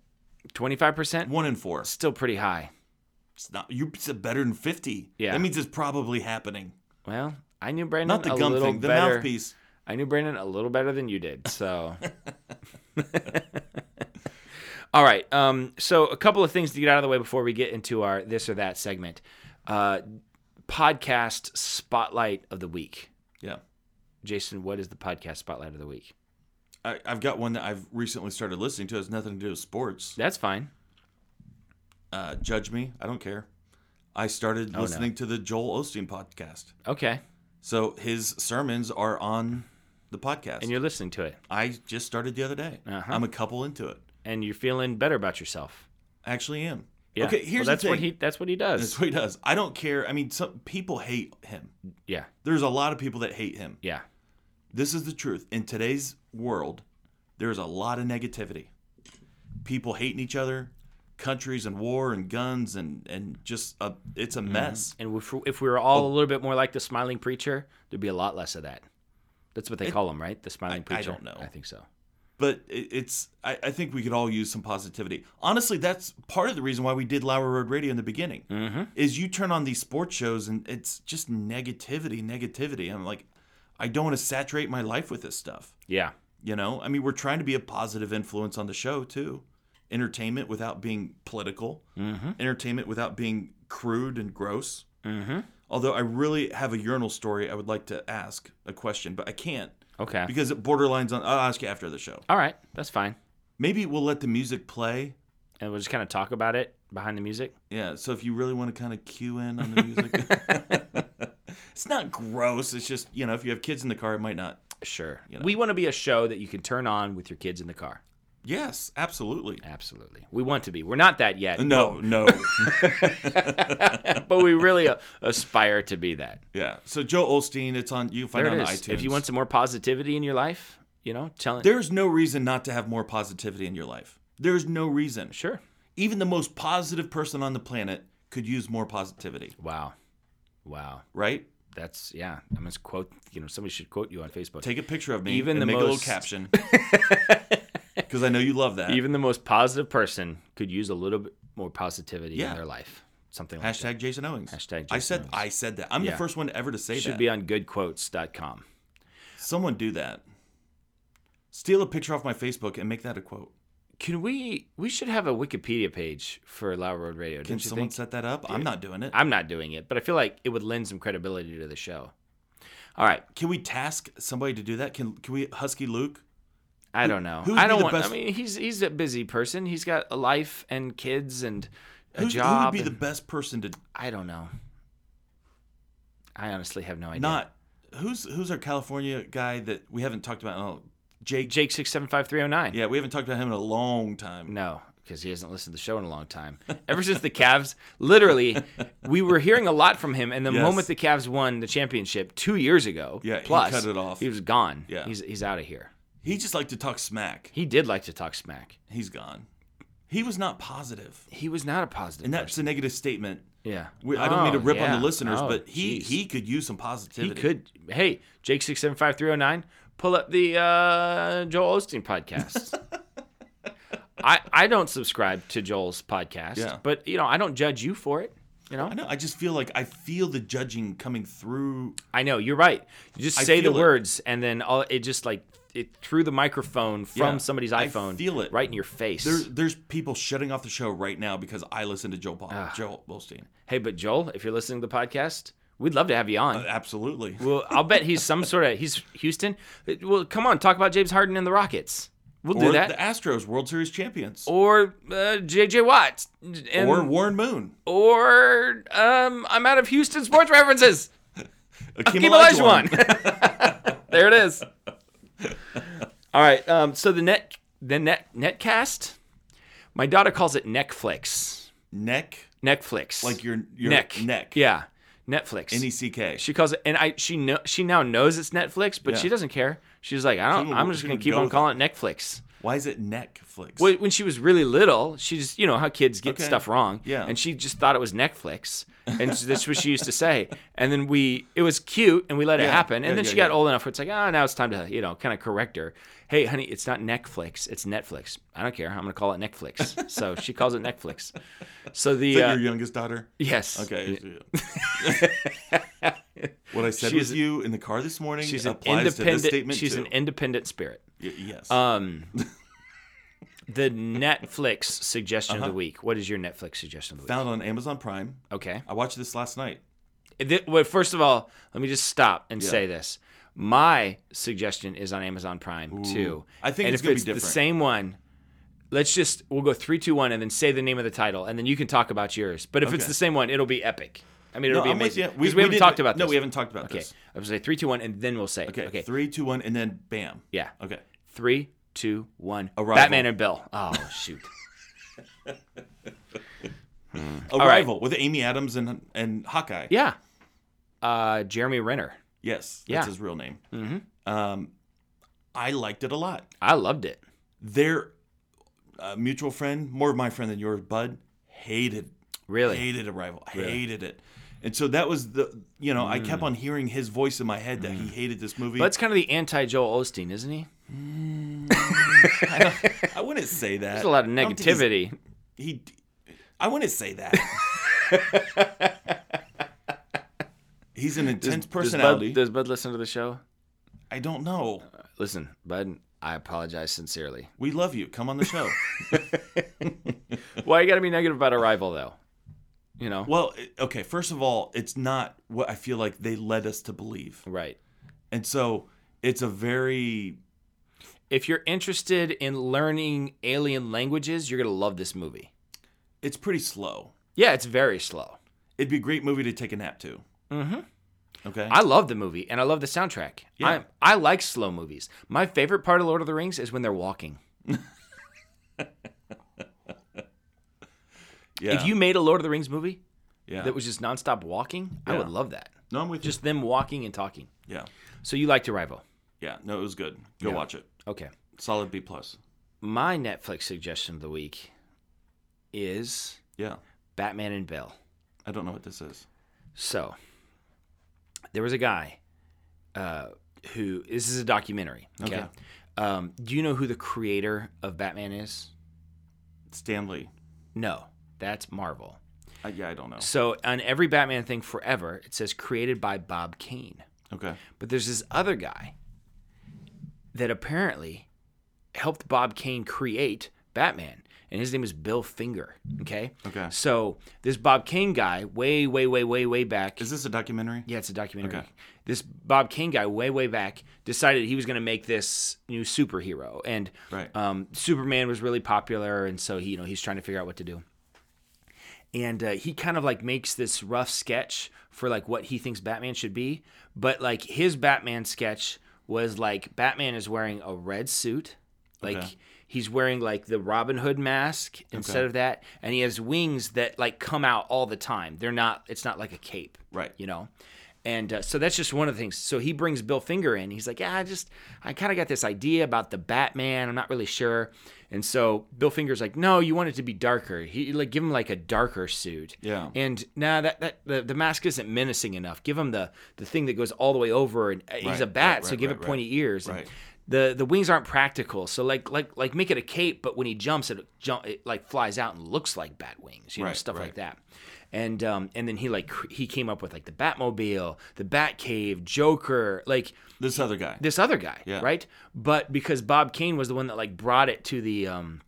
D: twenty five percent,
C: One in four.
D: still pretty high.
C: It's not you said better than fifty.
D: Yeah.
C: That means it's probably happening.
D: Well, I knew Brandon
C: Not the
D: a
C: gum
D: little
C: thing, the
D: better.
C: mouthpiece.
D: I knew Brandon a little better than you did, so. All right. Um, so a couple of things to get out of the way before we get into our this or that segment. Uh, podcast spotlight of the week.
C: Yeah.
D: Jason, what is the podcast spotlight of the week?
C: I, I've got one that I've recently started listening to. It has nothing to do with sports.
D: That's fine.
C: Uh, judge me. I don't care. I
D: Oh,
C: started listening to the Joel Osteen podcast.
D: Okay,
C: So his sermons are on the podcast.
D: and you're listening to it,
C: I just started the other day.
D: Uh-huh.
C: I'm a couple into it.
D: and you're feeling better about yourself.
C: I actually am.
D: Yeah.
C: Okay,
D: Well,
C: here's
D: that's
C: the thing.
D: what he that's what he
C: That's
D: does.
C: what he does. I don't care. I mean, some people hate him.
D: Yeah,
C: There's a lot of people that hate him.
D: yeah,
C: This is the truth. In today's world, there's a lot of negativity. People hating each other, countries and war and guns and and just a it's a mess.
D: and if, if we were all a little bit more like the smiling preacher, there'd be a lot less of that. That's what they call him, right? The smiling
C: I
D: preacher.
C: don't know.
D: I think so.
C: But it, it's I, I think we could all use some positivity. Honestly, that's part of the reason why we did Lower Road Radio in the beginning. Mm-hmm. Is you turn on these sports shows and it's just negativity, negativity. I'm like, I don't want to saturate my life with this stuff.
D: Yeah.
C: You know, I mean, we're trying to be a positive influence on the show too. Entertainment without being political, mm-hmm. entertainment without being crude and gross. Mm-hmm. Although I really have a urinal story, I would like to ask a question, but I can't
D: Okay.
C: because it borderlines on. I'll ask you after the show.
D: All right, that's fine.
C: Maybe we'll let the music play.
D: And we'll just kind of talk about it behind the music.
C: Yeah. So if you really want to kind of cue in on the music, it's not gross. It's just you know, if you have kids in the car, it might not.
D: Sure. We want to be a show that you can turn on with your kids in the car.
C: Yes, absolutely.
D: Absolutely. We want to be. We're not that yet,
C: No, no.
D: but we really uh, aspire to be that.
C: yeah. So Joe Olstein, it's on. You can find
D: There
C: it
D: it
C: on
D: is.
C: iTunes.
D: If you want some more positivity in your life, you know, telling.
C: There's no reason not to have more positivity in your life. There's no reason.
D: Sure.
C: Even the most positive person on the planet could use more positivity,
D: Wow. Wow.
C: right?
D: That's, yeah. I must quote, you know, somebody should quote you on Facebook.
C: Take a picture of me
D: Even
C: Even and
D: the
C: make a
D: most-
C: little caption. Because I know you love that.
D: Even the most positive person could use a little bit more positivity
C: Yeah.
D: in their life. Something like that.
C: Hashtag Jason Owings.
D: Hashtag
C: I
D: Jason
C: said
D: Owings.
C: I said that. I'm
D: Yeah.
C: the first one ever to say
D: Should
C: that.
D: be on goodquotes.com.
C: Someone do that. Steal a picture off my Facebook and make that a quote.
D: Can we? We should have a Wikipedia page for Loud Road Radio.
C: Can
D: Don't you
C: someone
D: think?
C: set that up? I'm not doing it.
D: I'm not doing it, but I feel like it would lend some credibility to the show. All right,
C: Can we task somebody to do that? Can can we Husky Luke?
D: I don't know.
C: who would
D: I
C: be
D: don't
C: the
D: want.
C: best-
D: I mean, he's he's a busy person. He's got a life and kids and a
C: Who's- who would
D: job.
C: be the
D: and-
C: best person to
D: I don't know. I honestly have no idea.
C: not who's who's our California guy that we haven't talked about in a Jake
D: Jake six seven five three zero nine.
C: Yeah, we haven't talked about him in a long time.
D: No, because he hasn't listened to the show in a long time. Ever since the Cavs, literally, we were hearing a lot from him. And the
C: Yes.
D: moment the Cavs won the championship two years ago,
C: Yeah, he
D: plus,
C: cut it off.
D: He was gone.
C: Yeah.
D: he's he's out of here.
C: He just liked to talk smack.
D: He did like to talk smack.
C: He's gone. He was not positive.
D: He was not a positive.
C: And
D: person.
C: that's a negative statement.
D: yeah.
C: We, I don't mean to
D: Oh,
C: rip
D: yeah.
C: on the listeners,
D: Oh,
C: but he
D: jeez.
C: he could use some positivity.
D: he could. Hey, Jake six seven five three zero nine. Pull up the uh, Joel Osteen podcast. I I don't subscribe to Joel's podcast,
C: Yeah.
D: but you know I don't judge you for it. You know,
C: I know. I just feel like I feel the judging coming through.
D: I know you're right. You just
C: I
D: say the
C: feel it.
D: words, and then all it just like it through the microphone from
C: Yeah,
D: somebody's
C: I
D: iPhone,
C: feel it.
D: right in your face.
C: There, there's people shutting off the show right now because I listen to Joe Paul,
D: Ah.
C: Joe Bolstein.
D: hey, but Joel, if you're listening to the podcast, we'd love to have you on.
C: Uh, Absolutely.
D: well, I'll bet he's some sort of he's Houston. Uh, Well, come on, talk about James Harden and the Rockets. We'll do
C: or
D: that.
C: the Astros World Series champions.
D: or uh, JJ Watt, and,
C: or
D: or
C: Warren Moon.
D: or um, I'm out of Houston sports references. Hakeem Olajuwon. there it is. All right. Um, so the net, the net, netcast. My daughter calls it Netflix.
C: Neck.
D: Netflix.
C: Like your, your
D: neck.
C: Neck. E
D: Yeah. Netflix.
C: N-E-C-K.
D: she calls it, and I she know she now knows it's Netflix, but
C: Yeah.
D: she doesn't care. She's like, I don't.
C: She-
D: I'm just
C: she
D: gonna
C: can
D: keep
C: go
D: on
C: with
D: calling it Netflix.
C: Why is it Neckflix?
D: Wh- when she was really little, she just you know how kids get
C: Okay.
D: stuff wrong,
C: Yeah.
D: and she just thought it was Netflix, and so that's what she used to say. And then we, it was cute, and we let it
C: Yeah.
D: happen. And
C: Yeah,
D: then
C: yeah,
D: she got
C: yeah.
D: old enough where it's like, ah, now it's time to you know kind of correct her. Hey, honey, it's not Netflix, it's Netflix. I don't care. I'm gonna call it Netflix. so she calls it Netflix. So the
C: Is that
D: uh,
C: your youngest daughter?
D: yes,
C: Okay. what I said
D: She's-
C: with you in the car this morning
D: she's an
C: applies to this
D: independent.
C: statement
D: She's
C: too.
D: an independent spirit.
C: Y- yes.
D: Um, the Netflix suggestion of the week. What is your Netflix suggestion of the week?
C: Uh-huh. Found on Amazon Prime.
D: Okay.
C: I watched this last night.
D: Th- well, first of all, let me just stop and say this. My suggestion is on Amazon Prime too.
C: I think
D: and
C: it's
D: if
C: gonna be
D: it's the
C: different.
D: same one. Let's just we'll go three, two, one, and then say the name of the title, and then you can talk about yours. But if it's
C: Okay.
D: the same one, it'll be epic. I mean,
C: No,
D: it'll be
C: I'm with
D: amazing.
C: you.
D: 'Cause
C: We-
D: we,
C: we
D: haven't
C: didn't-
D: talked about
C: no,
D: this.
C: we haven't talked about
D: okay.
C: this.
D: I will say three, two, one, and then we'll say. it.
C: Okay.
D: Okay.
C: Three, two, one, and then bam.
D: yeah.
C: Okay.
D: Three, two, one.
C: Arrival.
D: Batman and Bill. Oh shoot. right.
C: Arrival with Amy Adams and and Hawkeye.
D: yeah. Uh, Jeremy Renner.
C: Yes. That's
D: Yeah.
C: his real name. Mm-hmm. Um, I liked it a lot.
D: I loved it.
C: Their uh, mutual friend, more of my friend than yours, Bud, hated
D: Really.
C: hated Arrival, hated it. And so that was the, you know, I kept on hearing his voice in my head that he hated this movie.
D: But Mm. it's kind of the anti Joel Osteen, isn't he?
C: I wouldn't say that.
D: There's a lot of
C: I don't think he's-
D: negativity.
C: He, I wouldn't say that. he's an
D: Does
C: intense personality.
D: Bud, does Bud listen to the show?
C: I don't know.
D: Listen, Bud, I apologize sincerely.
C: We love you. Come on the show.
D: Why you got to be negative about Arrival though? You know,
C: well, it- okay. First of all, it's not what I feel like they led us to believe,
D: right?
C: and so it's a very
D: If you're interested in learning alien languages, you're gonna love this movie.
C: it's pretty slow.
D: Yeah, it's very slow.
C: It'd be a great movie to take a nap to. Mm-hmm. Okay.
D: I love the movie and I love the soundtrack.
C: Yeah.
D: I I like slow movies. My favorite part of Lord of the Rings is when they're walking.
C: yeah.
D: If you made a Lord of the Rings movie
C: yeah.
D: that was just nonstop walking, I
C: Yeah.
D: would love that.
C: no, I'm with
D: Just them walking and talking.
C: you. Yeah.
D: So you liked Arrival?
C: Yeah, no, it was good. Go
D: Yeah.
C: watch it.
D: Okay.
C: Solid B plus.
D: my Netflix suggestion of the week is
C: Yeah,
D: Batman and Bill.
C: I don't know what this is.
D: So there was a guy uh, who this is a documentary. Okay.
C: Okay.
D: Um, do you know who the creator of Batman is?
C: Stanley.
D: No, that's Marvel.
C: I, yeah, I don't know.
D: So on every Batman thing forever, it says created by Bob Kane.
C: Okay.
D: But there's this other guy that apparently helped Bob Kane create Batman, and his name is Bill Finger. Okay.
C: Okay.
D: So this Bob Kane guy, way, way, way, way, way back.
C: Is this a documentary?
D: yeah, it's a documentary.
C: Okay.
D: This Bob Kane guy, way, way back, decided he was going to make this new superhero, and
C: Right.
D: um, Superman was really popular, and so he, you know, he's trying to figure out what to do and uh, he kind of like makes this rough sketch for like what he thinks Batman should be. But like his Batman sketch was like Batman is wearing a red suit, like
C: Okay.
D: he's wearing like the Robin Hood mask instead of that, and he has wings that like come out all the time. They're not. It's not like a cape,
C: Right.
D: You know. And uh, so that's just one of the things. So he brings Bill Finger in. He's like, "Yeah, I just, I kind of got this idea about the Batman. I'm not really sure." And so Bill Finger's like, "No, you want it to be darker. He like give him like a darker suit.
C: Yeah.
D: And nah, that that the, the mask isn't menacing enough. Give him the the thing that goes all the way over. And uh, he's
C: Right,
D: a bat,
C: right,
D: so
C: right,
D: give
C: right,
D: it pointy
C: right.
D: ears. And
C: Right.
D: the the wings aren't practical. So like like like make it a cape, but when he jumps, it jump it like flies out and looks like bat wings. You know
C: Right,
D: stuff
C: right.
D: like that. And um and then he like cr- he came up with like the Batmobile, the Batcave, Joker, like
C: This other guy.
D: this other guy,
C: Yeah.
D: right? But because Bob Kane was the one that like brought it to the um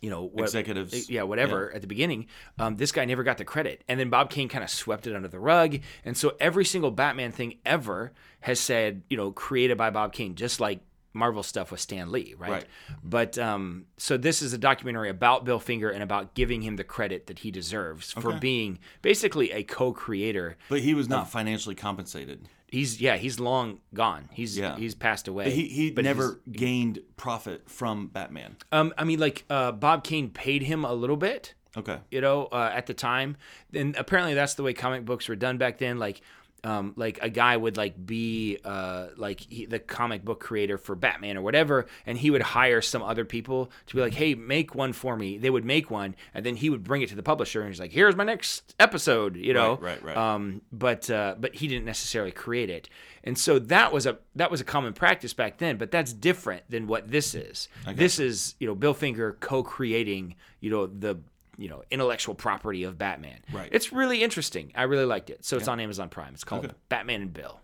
D: you know what, eh,
C: Executives.
D: yeah whatever at the beginning um, this guy never got the credit and then bob kane kind of swept it under the rug and so every single batman thing ever has said you know created by bob kane just like marvel stuff with stan lee right,
C: Right.
D: but um, so this is a documentary about bill finger and about giving him the credit that he deserves for being basically a co-creator
C: But he was not
D: Oh.
C: financially compensated.
D: he's yeah he's long gone he's
C: Yeah.
D: he's passed away
C: He he
D: but he's-
C: never gained profit from Batman.
D: Um, I mean, like uh, Bob Kane paid him a little bit,
C: Okay.
D: you know, uh, at the time. And apparently, that's the way comic books were done back then. Like, um, like a guy would like be uh, like he, the comic book creator for Batman or whatever, and he would hire some other people to be like, "Hey, make one for me." They would make one, and then he would bring it to the publisher, and he's like, "Here's my next episode," you know.
C: right, right.
D: Um, but uh, but he didn't necessarily create it, and so that was a that was a common practice back then. But that's different than what this is. This is you know Bill Finger co-creating you know the you know intellectual property of Batman.
C: Right.
D: It's really interesting. I really liked it. So it's on Amazon Prime. It's called Batman and Bill.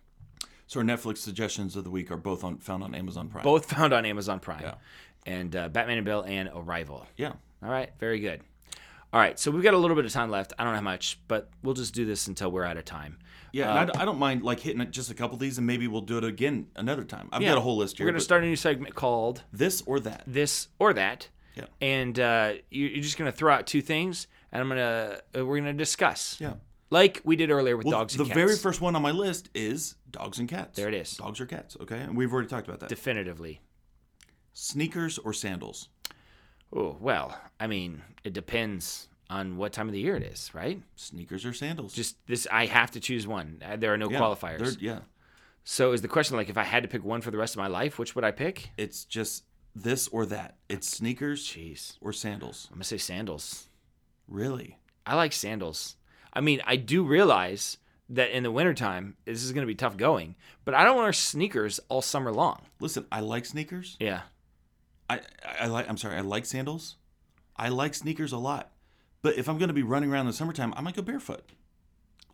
C: So our Netflix suggestions of the week are both on found on Amazon Prime.
D: Both found on Amazon Prime. And uh, Batman and Bill and Arrival.
C: Yeah.
D: All right, very good. All right, so we've got a little bit of time left. I don't know how much, but we'll just do this until we're out of time. Uh,
C: Yeah, and I d- I, don't mind like hitting it just a couple of these, and maybe we'll do it again another time. I've got a whole list here.
D: We're going
C: but
D: to start a new segment called
C: this or that.
D: this or that.
C: Yeah.
D: And uh, you, you're just gonna throw out two things, and I'm gonna uh, we're gonna discuss.
C: Yeah.
D: Like we did earlier with dogs and
C: the
D: cats.
C: very first one on my list is dogs and cats.
D: There it is.
C: Dogs or cats. Okay, and we've already talked about that.
D: definitively.
C: Sneakers or sandals.
D: Oh well, I mean, it depends on what time of the year it is, right?
C: Sneakers or sandals.
D: Just this, I have to choose one. Uh, There are no
C: Yeah, they're-
D: qualifiers.
C: Yeah,
D: So is the question like if I had to pick one for the rest of my life, which would I pick?
C: it's just this or that. It's sneakers
D: Jeez,
C: or sandals.
D: I'm gonna say sandals.
C: Really?
D: I like sandals. I mean, I do realize that in the wintertime, this is going to be tough going, but I don't wear sneakers all summer long.
C: Listen, I like sneakers.
D: Yeah.
C: I, I, I like. I'm sorry. I like sandals. I like sneakers a lot. But if I'm going to be running around in the summertime, I might go barefoot.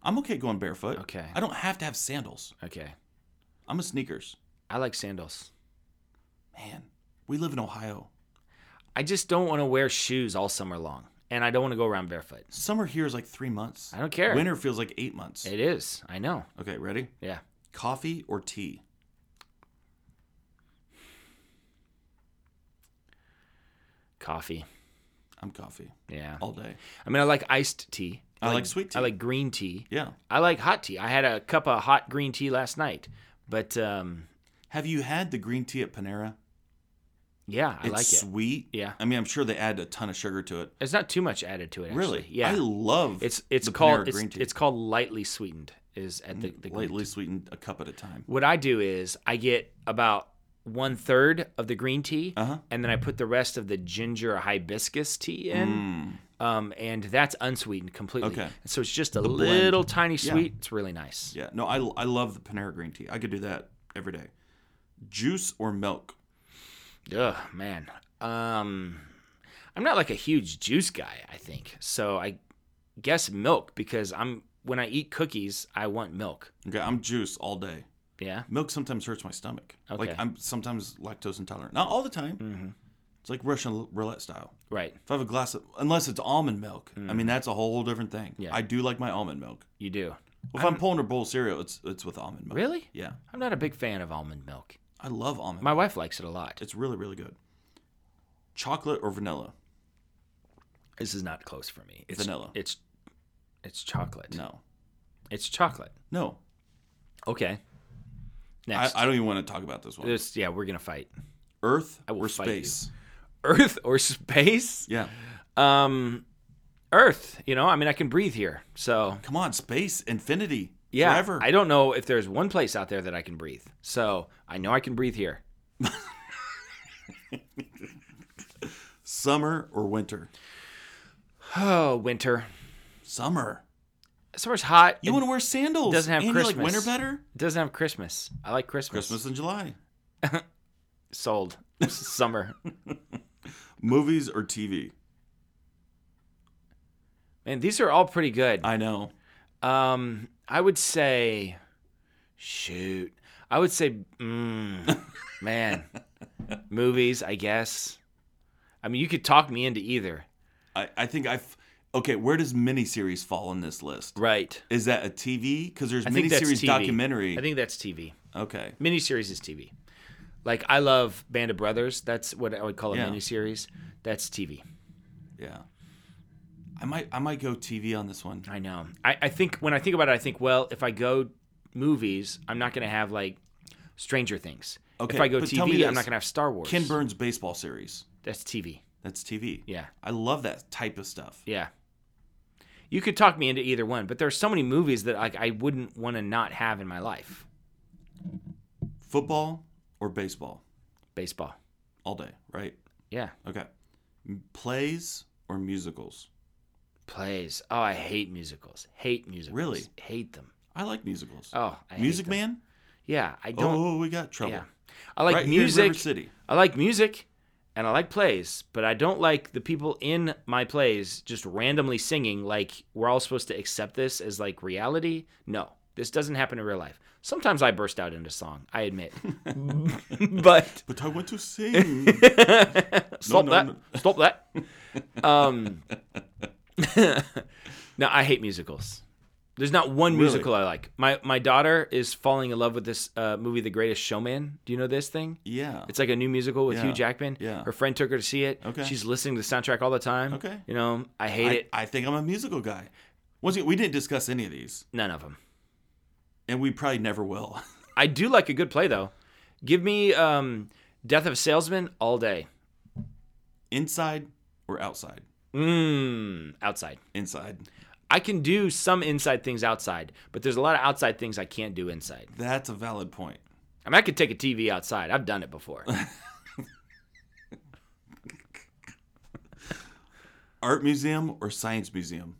C: I'm okay going barefoot.
D: Okay.
C: I don't have to have sandals.
D: Okay.
C: I'm a sneakers
D: I like sandals.
C: man. We live in Ohio.
D: I just don't want to wear shoes all summer long, and I don't want to go around barefoot.
C: Summer here is like three months.
D: I don't care.
C: Winter feels like eight months.
D: It is. I know.
C: Okay, ready?
D: Yeah.
C: Coffee or tea?
D: Coffee.
C: I'm coffee
D: Yeah.
C: all day.
D: I mean, I like iced tea.
C: Oh. I like sweet
D: I
C: tea.
D: like green tea.
C: Yeah.
D: I like hot tea. I had a cup of hot green tea last night, but um,
C: Have you had the green tea at Panera?
D: yeah, I
C: it's
D: like it.
C: sweet.
D: Yeah.
C: I mean, I'm sure they add a ton of sugar to it.
D: It's not too much added to it. Actually.
C: Really?
D: Yeah.
C: I love
D: It's it's
C: the
D: called
C: Panera
D: it's,
C: green tea.
D: it's called lightly sweetened is at the, the green
C: lightly
D: tea.
C: sweetened a cup at a time.
D: What I do is I get about one third of the green tea,
C: Uh-huh.
D: and then I put the rest of the ginger hibiscus tea in, um, and that's unsweetened completely.
C: Mm. Okay.
D: So it's just a little tiny sweet. It's really nice.
C: Yeah. No, I, I love the Panera green tea. I could do that every day. Juice or milk?
D: Ugh, man. Um, I'm not like a huge juice guy. I think so. I guess milk because I'm when I eat cookies, I want milk.
C: Okay, I'm juice all day.
D: Yeah.
C: Milk sometimes hurts my stomach.
D: Okay. Mm-hmm.
C: Like I'm sometimes lactose intolerant. Not all the time, It's like Russian roulette style.
D: Right.
C: If I have a glass of, unless it's almond milk, I mean that's a whole different thing.
D: Mm-hmm. Yeah.
C: I do like my almond milk.
D: You do.
C: Well, if I'm, pulling a bowl of cereal, it's it's with almond milk.
D: Really?
C: Yeah,
D: I'm not a big fan of almond milk.
C: I love almond.
D: My
C: milk.
D: wife likes it a lot.
C: It's really really good. Chocolate or vanilla?
D: This is not close for me. It's,
C: Vanilla.
D: It's it's chocolate.
C: No,
D: It's chocolate.
C: no.
D: Okay.
C: I,
D: Next.
C: I don't even want to talk about this one.
D: This- yeah, we're gonna fight.
C: Earth
D: I will
C: or
D: fight you.
C: space?
D: Earth or space?
C: Yeah.
D: Um, Earth. You know, I mean, I can breathe here, so
C: Come on, space, infinity.
D: yeah.
C: Forever.
D: I don't know if there's one place out there that I can breathe, so I know I can breathe here.
C: Summer or winter?
D: Oh, winter.
C: Summer.
D: Summer's hot.
C: You
D: It
C: want to wear sandals?
D: doesn't have
C: and You like
D: Christmas.
C: winter better?
D: doesn't have Christmas. I like Christmas.
C: Christmas in July.
D: sold. Summer.
C: Movies or TV?
D: Man, these are all pretty good.
C: I know.
D: Um, I would say, shoot, I would say, mm, man, movies. I guess. I mean, you could talk me into either.
C: I, I think I've. Okay, where does miniseries fall on this list?
D: Right.
C: Is that a TV? Because there's
D: I think that's
C: miniseries
D: TV.
C: documentary.
D: I think that's TV.
C: okay.
D: Miniseries is TV. Like I love Band of Brothers. That's what I would call a
C: Yeah.
D: miniseries. That's TV.
C: Yeah. I might I might go TV on this one.
D: I know. I, I think when I think about it, I think, well, if I go movies, I'm not going to have like Stranger Things.
C: Okay,
D: if I go
C: but tell me
D: TV, I'm
C: this.
D: not going to have Star Wars.
C: Ken Burns baseball series.
D: That's TV.
C: That's TV.
D: Yeah.
C: I love that type of stuff.
D: Yeah. You could talk me into either one, but there are so many movies that like I wouldn't want to not have in my life.
C: Football or baseball?
D: Baseball.
C: All day, right?
D: Yeah.
C: Okay. M- Plays or musicals?
D: Plays. Oh, I hate musicals. Hate musicals.
C: Really?
D: Hate them.
C: I like musicals.
D: Oh, I hate
C: Music
D: them.
C: Man?
D: Yeah, I don't.
C: Oh, we got trouble.
D: Yeah. I like
C: Right here in River
D: music.
C: City.
D: I like music and I like plays, but I don't like the people in my plays just randomly singing like we're all supposed to accept this as like reality. No, this doesn't happen in real life. Sometimes I burst out into song, I admit. but
C: But I want to sing.
D: stop
C: no,
D: that.
C: no.
D: Stop that. Um No, I hate musicals. There's not one
C: Really?
D: musical I like. My my daughter is falling in love with this uh, movie The Greatest Showman. Do you know this thing?
C: yeah.
D: It's like a new musical with
C: Yeah,
D: Hugh Jackman.
C: yeah.
D: Her friend took her to see it.
C: Okay.
D: She's listening to the soundtrack all the time.
C: Okay.
D: You know, I hate
C: I,
D: it.
C: I think I'm a musical guy. Once again, we didn't discuss any of these,
D: None of them.
C: and we probably never will.
D: I do like a good play though. Give me um, Death of a Salesman all day.
C: Inside or outside?
D: Mmm. Outside.
C: Inside.
D: I can do some inside things outside, but there's a lot of outside things I can't do inside.
C: That's a valid point.
D: I mean, I could take a TV outside. I've done it before.
C: Art museum or science museum?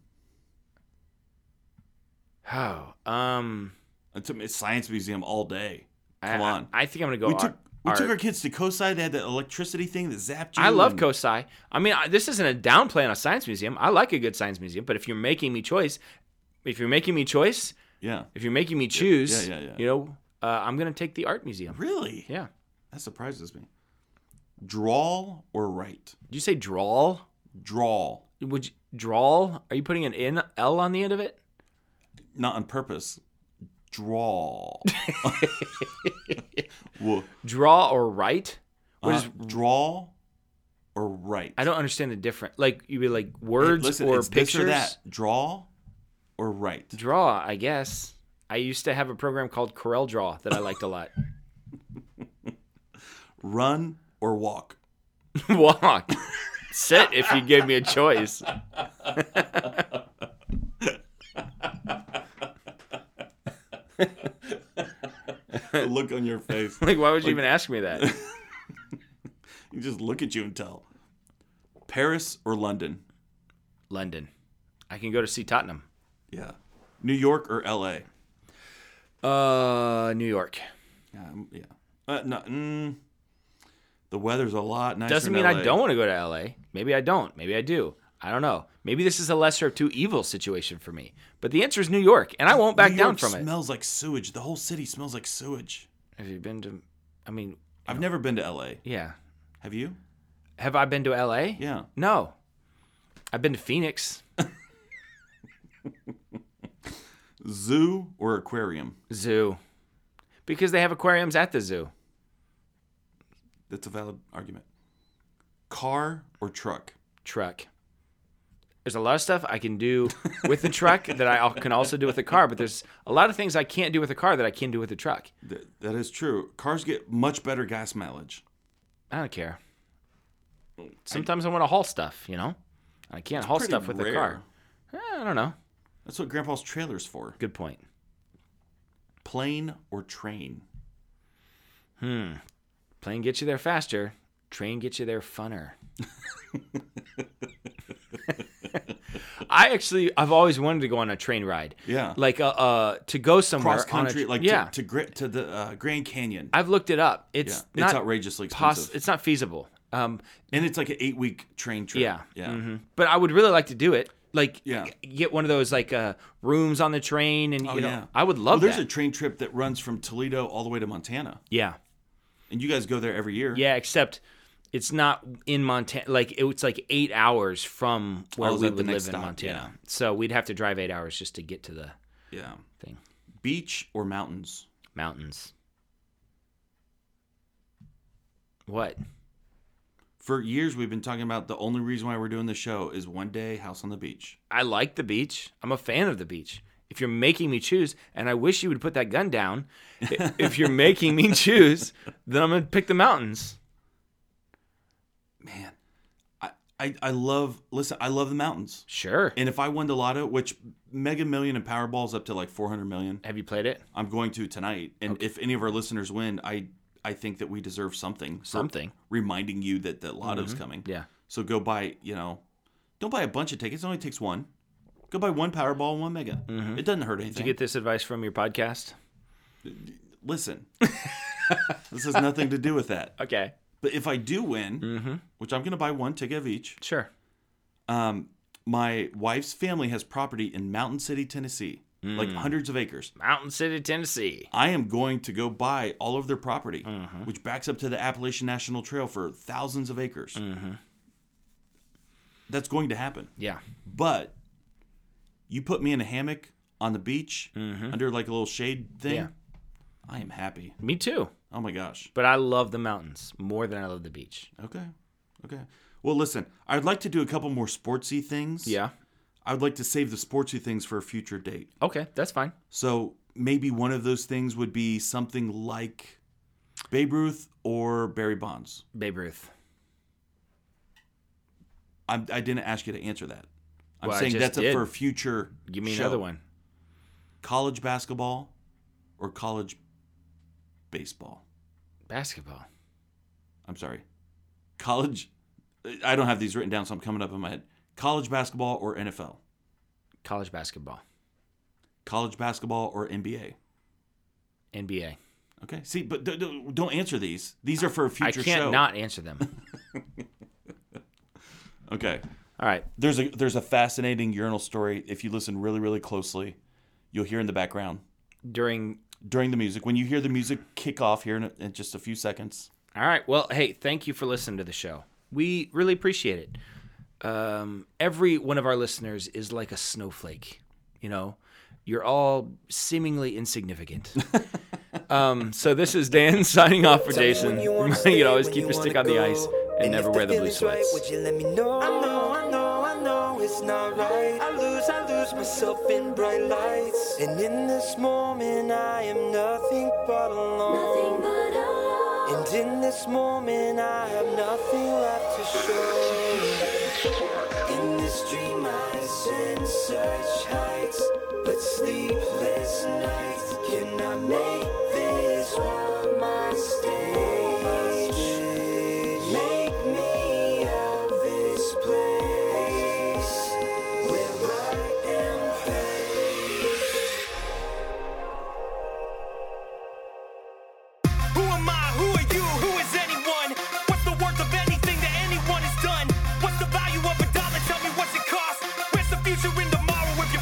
D: oh, um,
C: It's a it's Uh, science museum all day.
D: I-
C: Come
D: I,
C: on.
D: I, think I'm gonna go.
C: we
D: art-
C: took we
D: art.
C: took our kids to Kosai. They had that electricity thing that zapped you.
D: I love
C: and-
D: Kosai. I mean, I, this isn't a downplay on a science museum. I like a good science museum, but if you're making me choice, if you're making me choice,
C: Yeah.
D: if you're making me choose,
C: yeah, yeah.
D: you know, uh, I'm gonna take the art museum.
C: Really?
D: Yeah.
C: That surprises me. Drawl or write?
D: Did you say drawl?
C: Drawl.
D: Would you, drawl? Are you putting an N L on the end of it?
C: Not on purpose. Drawl. Whoa.
D: Draw or write? What
C: Uh,
D: is?
C: draw or write?
D: I don't understand the difference. Like you be like words
C: Listen,
D: or
C: it's
D: pictures.
C: This or that. Draw or write?
D: Draw, I guess. I used to have a program called Corel Draw that I liked a lot.
C: Run or walk?
D: Walk, sit if you gave me a choice.
C: The look on your face.
D: Like, why would you even ask me that?
C: You just look at you and tell. Paris or London?
D: London. I can go to see Tottenham.
C: Yeah. New York or LA?
D: Uh, New York.
C: Yeah. um, yeah. Uh, no, mm, the weather's a lot nicer.
D: Doesn't
C: in
D: mean
C: LA.
D: I don't want to go to LA. Maybe I don't. Maybe I do. I don't know. Maybe this is a lesser of two evils situation for me. But the answer is New York, and I won't back
C: New
D: down
C: York
D: from it.
C: Smells like sewage. The whole city smells like sewage.
D: Have you been to? I mean,
C: I've never been to LA.
D: yeah.
C: Have you?
D: Have I been to L.A.?
C: Yeah.
D: No, I've been to Phoenix
C: Zoo or aquarium?
D: Zoo because they have aquariums at the zoo.
C: That's a valid argument. Car or truck?
D: Truck. There's a lot of stuff I can do with the truck that I al- can also do with the car, but there's a lot of things I can't do with the car that I can do with the truck.
C: Th- that is true. Cars get much better gas mileage.
D: I don't care. Sometimes I, want to haul stuff, you know? I can't haul
C: pretty
D: stuff with the
C: rare.
D: car. Eh, I don't know.
C: That's what Grandpa's trailer's for.
D: Good point.
C: Plane or train?
D: Plane gets you there faster, train gets you there funner. I actually, I've always wanted to go on a train ride.
C: Yeah.
D: Like, uh, uh to go somewhere.
C: Cross
D: on a
C: country,
D: tr-
C: like
D: yeah.
C: to to, Gr- to the uh, Grand Canyon.
D: I've looked it up. It's
C: yeah,
D: not
C: it's outrageously
D: poss-
C: expensive,
D: It's not feasible. Um,
C: and it's like an eight-week train trip.
D: Yeah.
C: yeah.
D: mhm. But I would really like to do it. Like,
C: Yeah.
D: g- get one of those like uh, rooms on the train, and
C: Oh,
D: you know,
C: yeah.
D: I would
C: Well,
D: love
C: there's
D: that.
C: a train trip that runs from Toledo all the way to Montana,
D: yeah,
C: and you guys go there every year.
D: yeah. Except it's not in Montana. Like it was like eight hours from where
C: Oh, is
D: we
C: that the
D: would live
C: next
D: in
C: stop?
D: Montana. So we'd have to drive eight hours just to get to the
C: yeah.
D: thing.
C: Beach or mountains?
D: Mountains. What?
C: For years, we've been talking about the only reason why we're doing the show is one day house on the beach.
D: I like the beach. I'm a fan of the beach. If you're making me choose, and I wish you would put that gun down, i- if you're making me choose, then I'm gonna pick the mountains.
C: Man, I I, I love listen. I love the mountains.
D: Sure.
C: And if I win the lotto, which Mega Million and Powerball's up to like 400 million,
D: Have you played it?
C: I'm going to tonight. And if any of our listeners win, I I think that we deserve something. for
D: Something. Mm-hmm.
C: reminding you that the lotto's coming.
D: Yeah.
C: So go buy, you know, don't buy a bunch of tickets. It only takes one. Go buy one Powerball and one Mega. It doesn't hurt anything.
D: Mm-hmm. Did you get this advice from your podcast?
C: Listen, this has nothing to do with that.
D: Okay.
C: But if I do win, which I'm going to buy one ticket of each,
D: Sure.
C: um, my wife's family has property in Mountain City, Tennessee, like hundreds of acres.
D: Mountain City, Tennessee.
C: I am going to go buy all of their property, which backs up to the Appalachian National Trail for thousands of acres. That's going to happen.
D: Yeah.
C: But you put me in a hammock on the beach under like a little shade thing.
D: Yeah.
C: I am happy.
D: Me too.
C: Oh my gosh.
D: But I love the mountains more than I love the beach.
C: Okay. Okay. Well, listen, I'd like to do a couple more sportsy things.
D: Yeah.
C: I would like to save the sportsy things for a future date.
D: Okay, that's fine.
C: So maybe one of those things would be something like Babe Ruth or Barry Bonds.
D: Babe Ruth.
C: I'm, I didn't ask you to answer that. I'm
D: Well, I
C: saying
D: just
C: that's
D: did.
C: a, for a future.
D: Give me
C: show.
D: another one.
C: College basketball or college baseball?
D: Basketball.
C: I'm sorry. College. I don't have these written down, so I'm coming up in my head. College basketball or NFL?
D: College basketball.
C: College basketball or NBA?
D: NBA.
C: Okay. See, but d- d- don't answer these. These are for a
D: I
C: future
D: can't
C: show.
D: not answer them.
C: Okay.
D: All right.
C: There's a there's a fascinating urinal story. If you listen really really closely, you'll hear in the background
D: During
C: during the music when you hear the music kick off here in, a, in just a few seconds.
D: All right. Well, hey, thank you for listening to the show. We really appreciate it. Um, every one of our listeners is like a snowflake. You know, you're all seemingly insignificant. um, so this is Dan signing off for Jason.
E: when you wanna
D: Reminding you
E: stay,
D: to always
E: when
D: keep
E: you
D: your stick
E: wanna
D: on the
E: go.
D: ice and
E: if
D: never
E: the
D: wear the blue
E: feeling's right,
D: sweats.
E: would you let me know? I know, I know, I know it's not right. I lose, I lose myself in bright lights. And in this moment, I am nothing but alone. And in this moment, I have nothing left to show. In this dream, I ascend such heights, but sleepless nights cannot make this world my stage. Make me out this place where I am faced.
F: Who am I? Who are you? Who is anyone? What's the worth of anything that anyone has done? What's the value of a dollar? Tell me what's it cost? Where's the future in tomorrow if you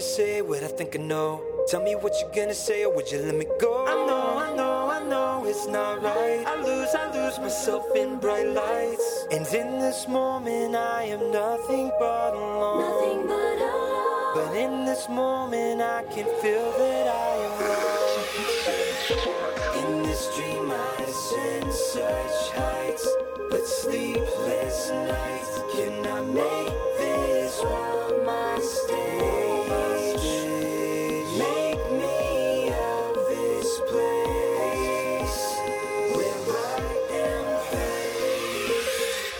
E: say what I think I know. Tell me what you're gonna say, or would you let me go? I know, I know, I know it's not right. I lose, I lose myself in bright lights. And in this moment, I am nothing but alone.
G: Nothing but alone.
E: But in this moment, I can feel that I am wrong. In this dream, I ascend such heights, but sleepless nights cannot make this world my stage. Make me of this place where I am faced.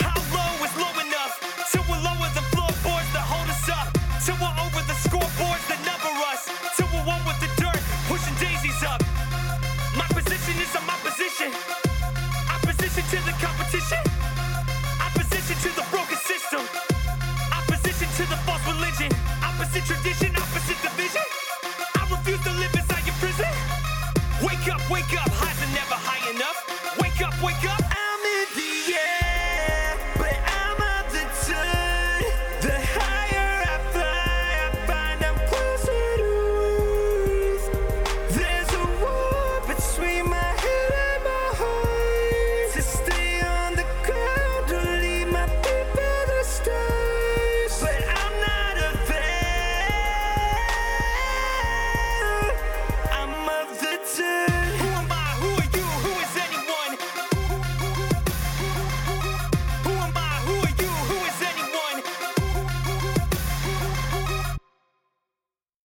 F: How low is low enough? Till we're lower than floorboards that hold us up. Till we're over the scoreboards that number us. Till we're one with the dirt, pushing daisies up. My position is on my position. Opposition to the competition. Opposition to the broken system. Opposition to the false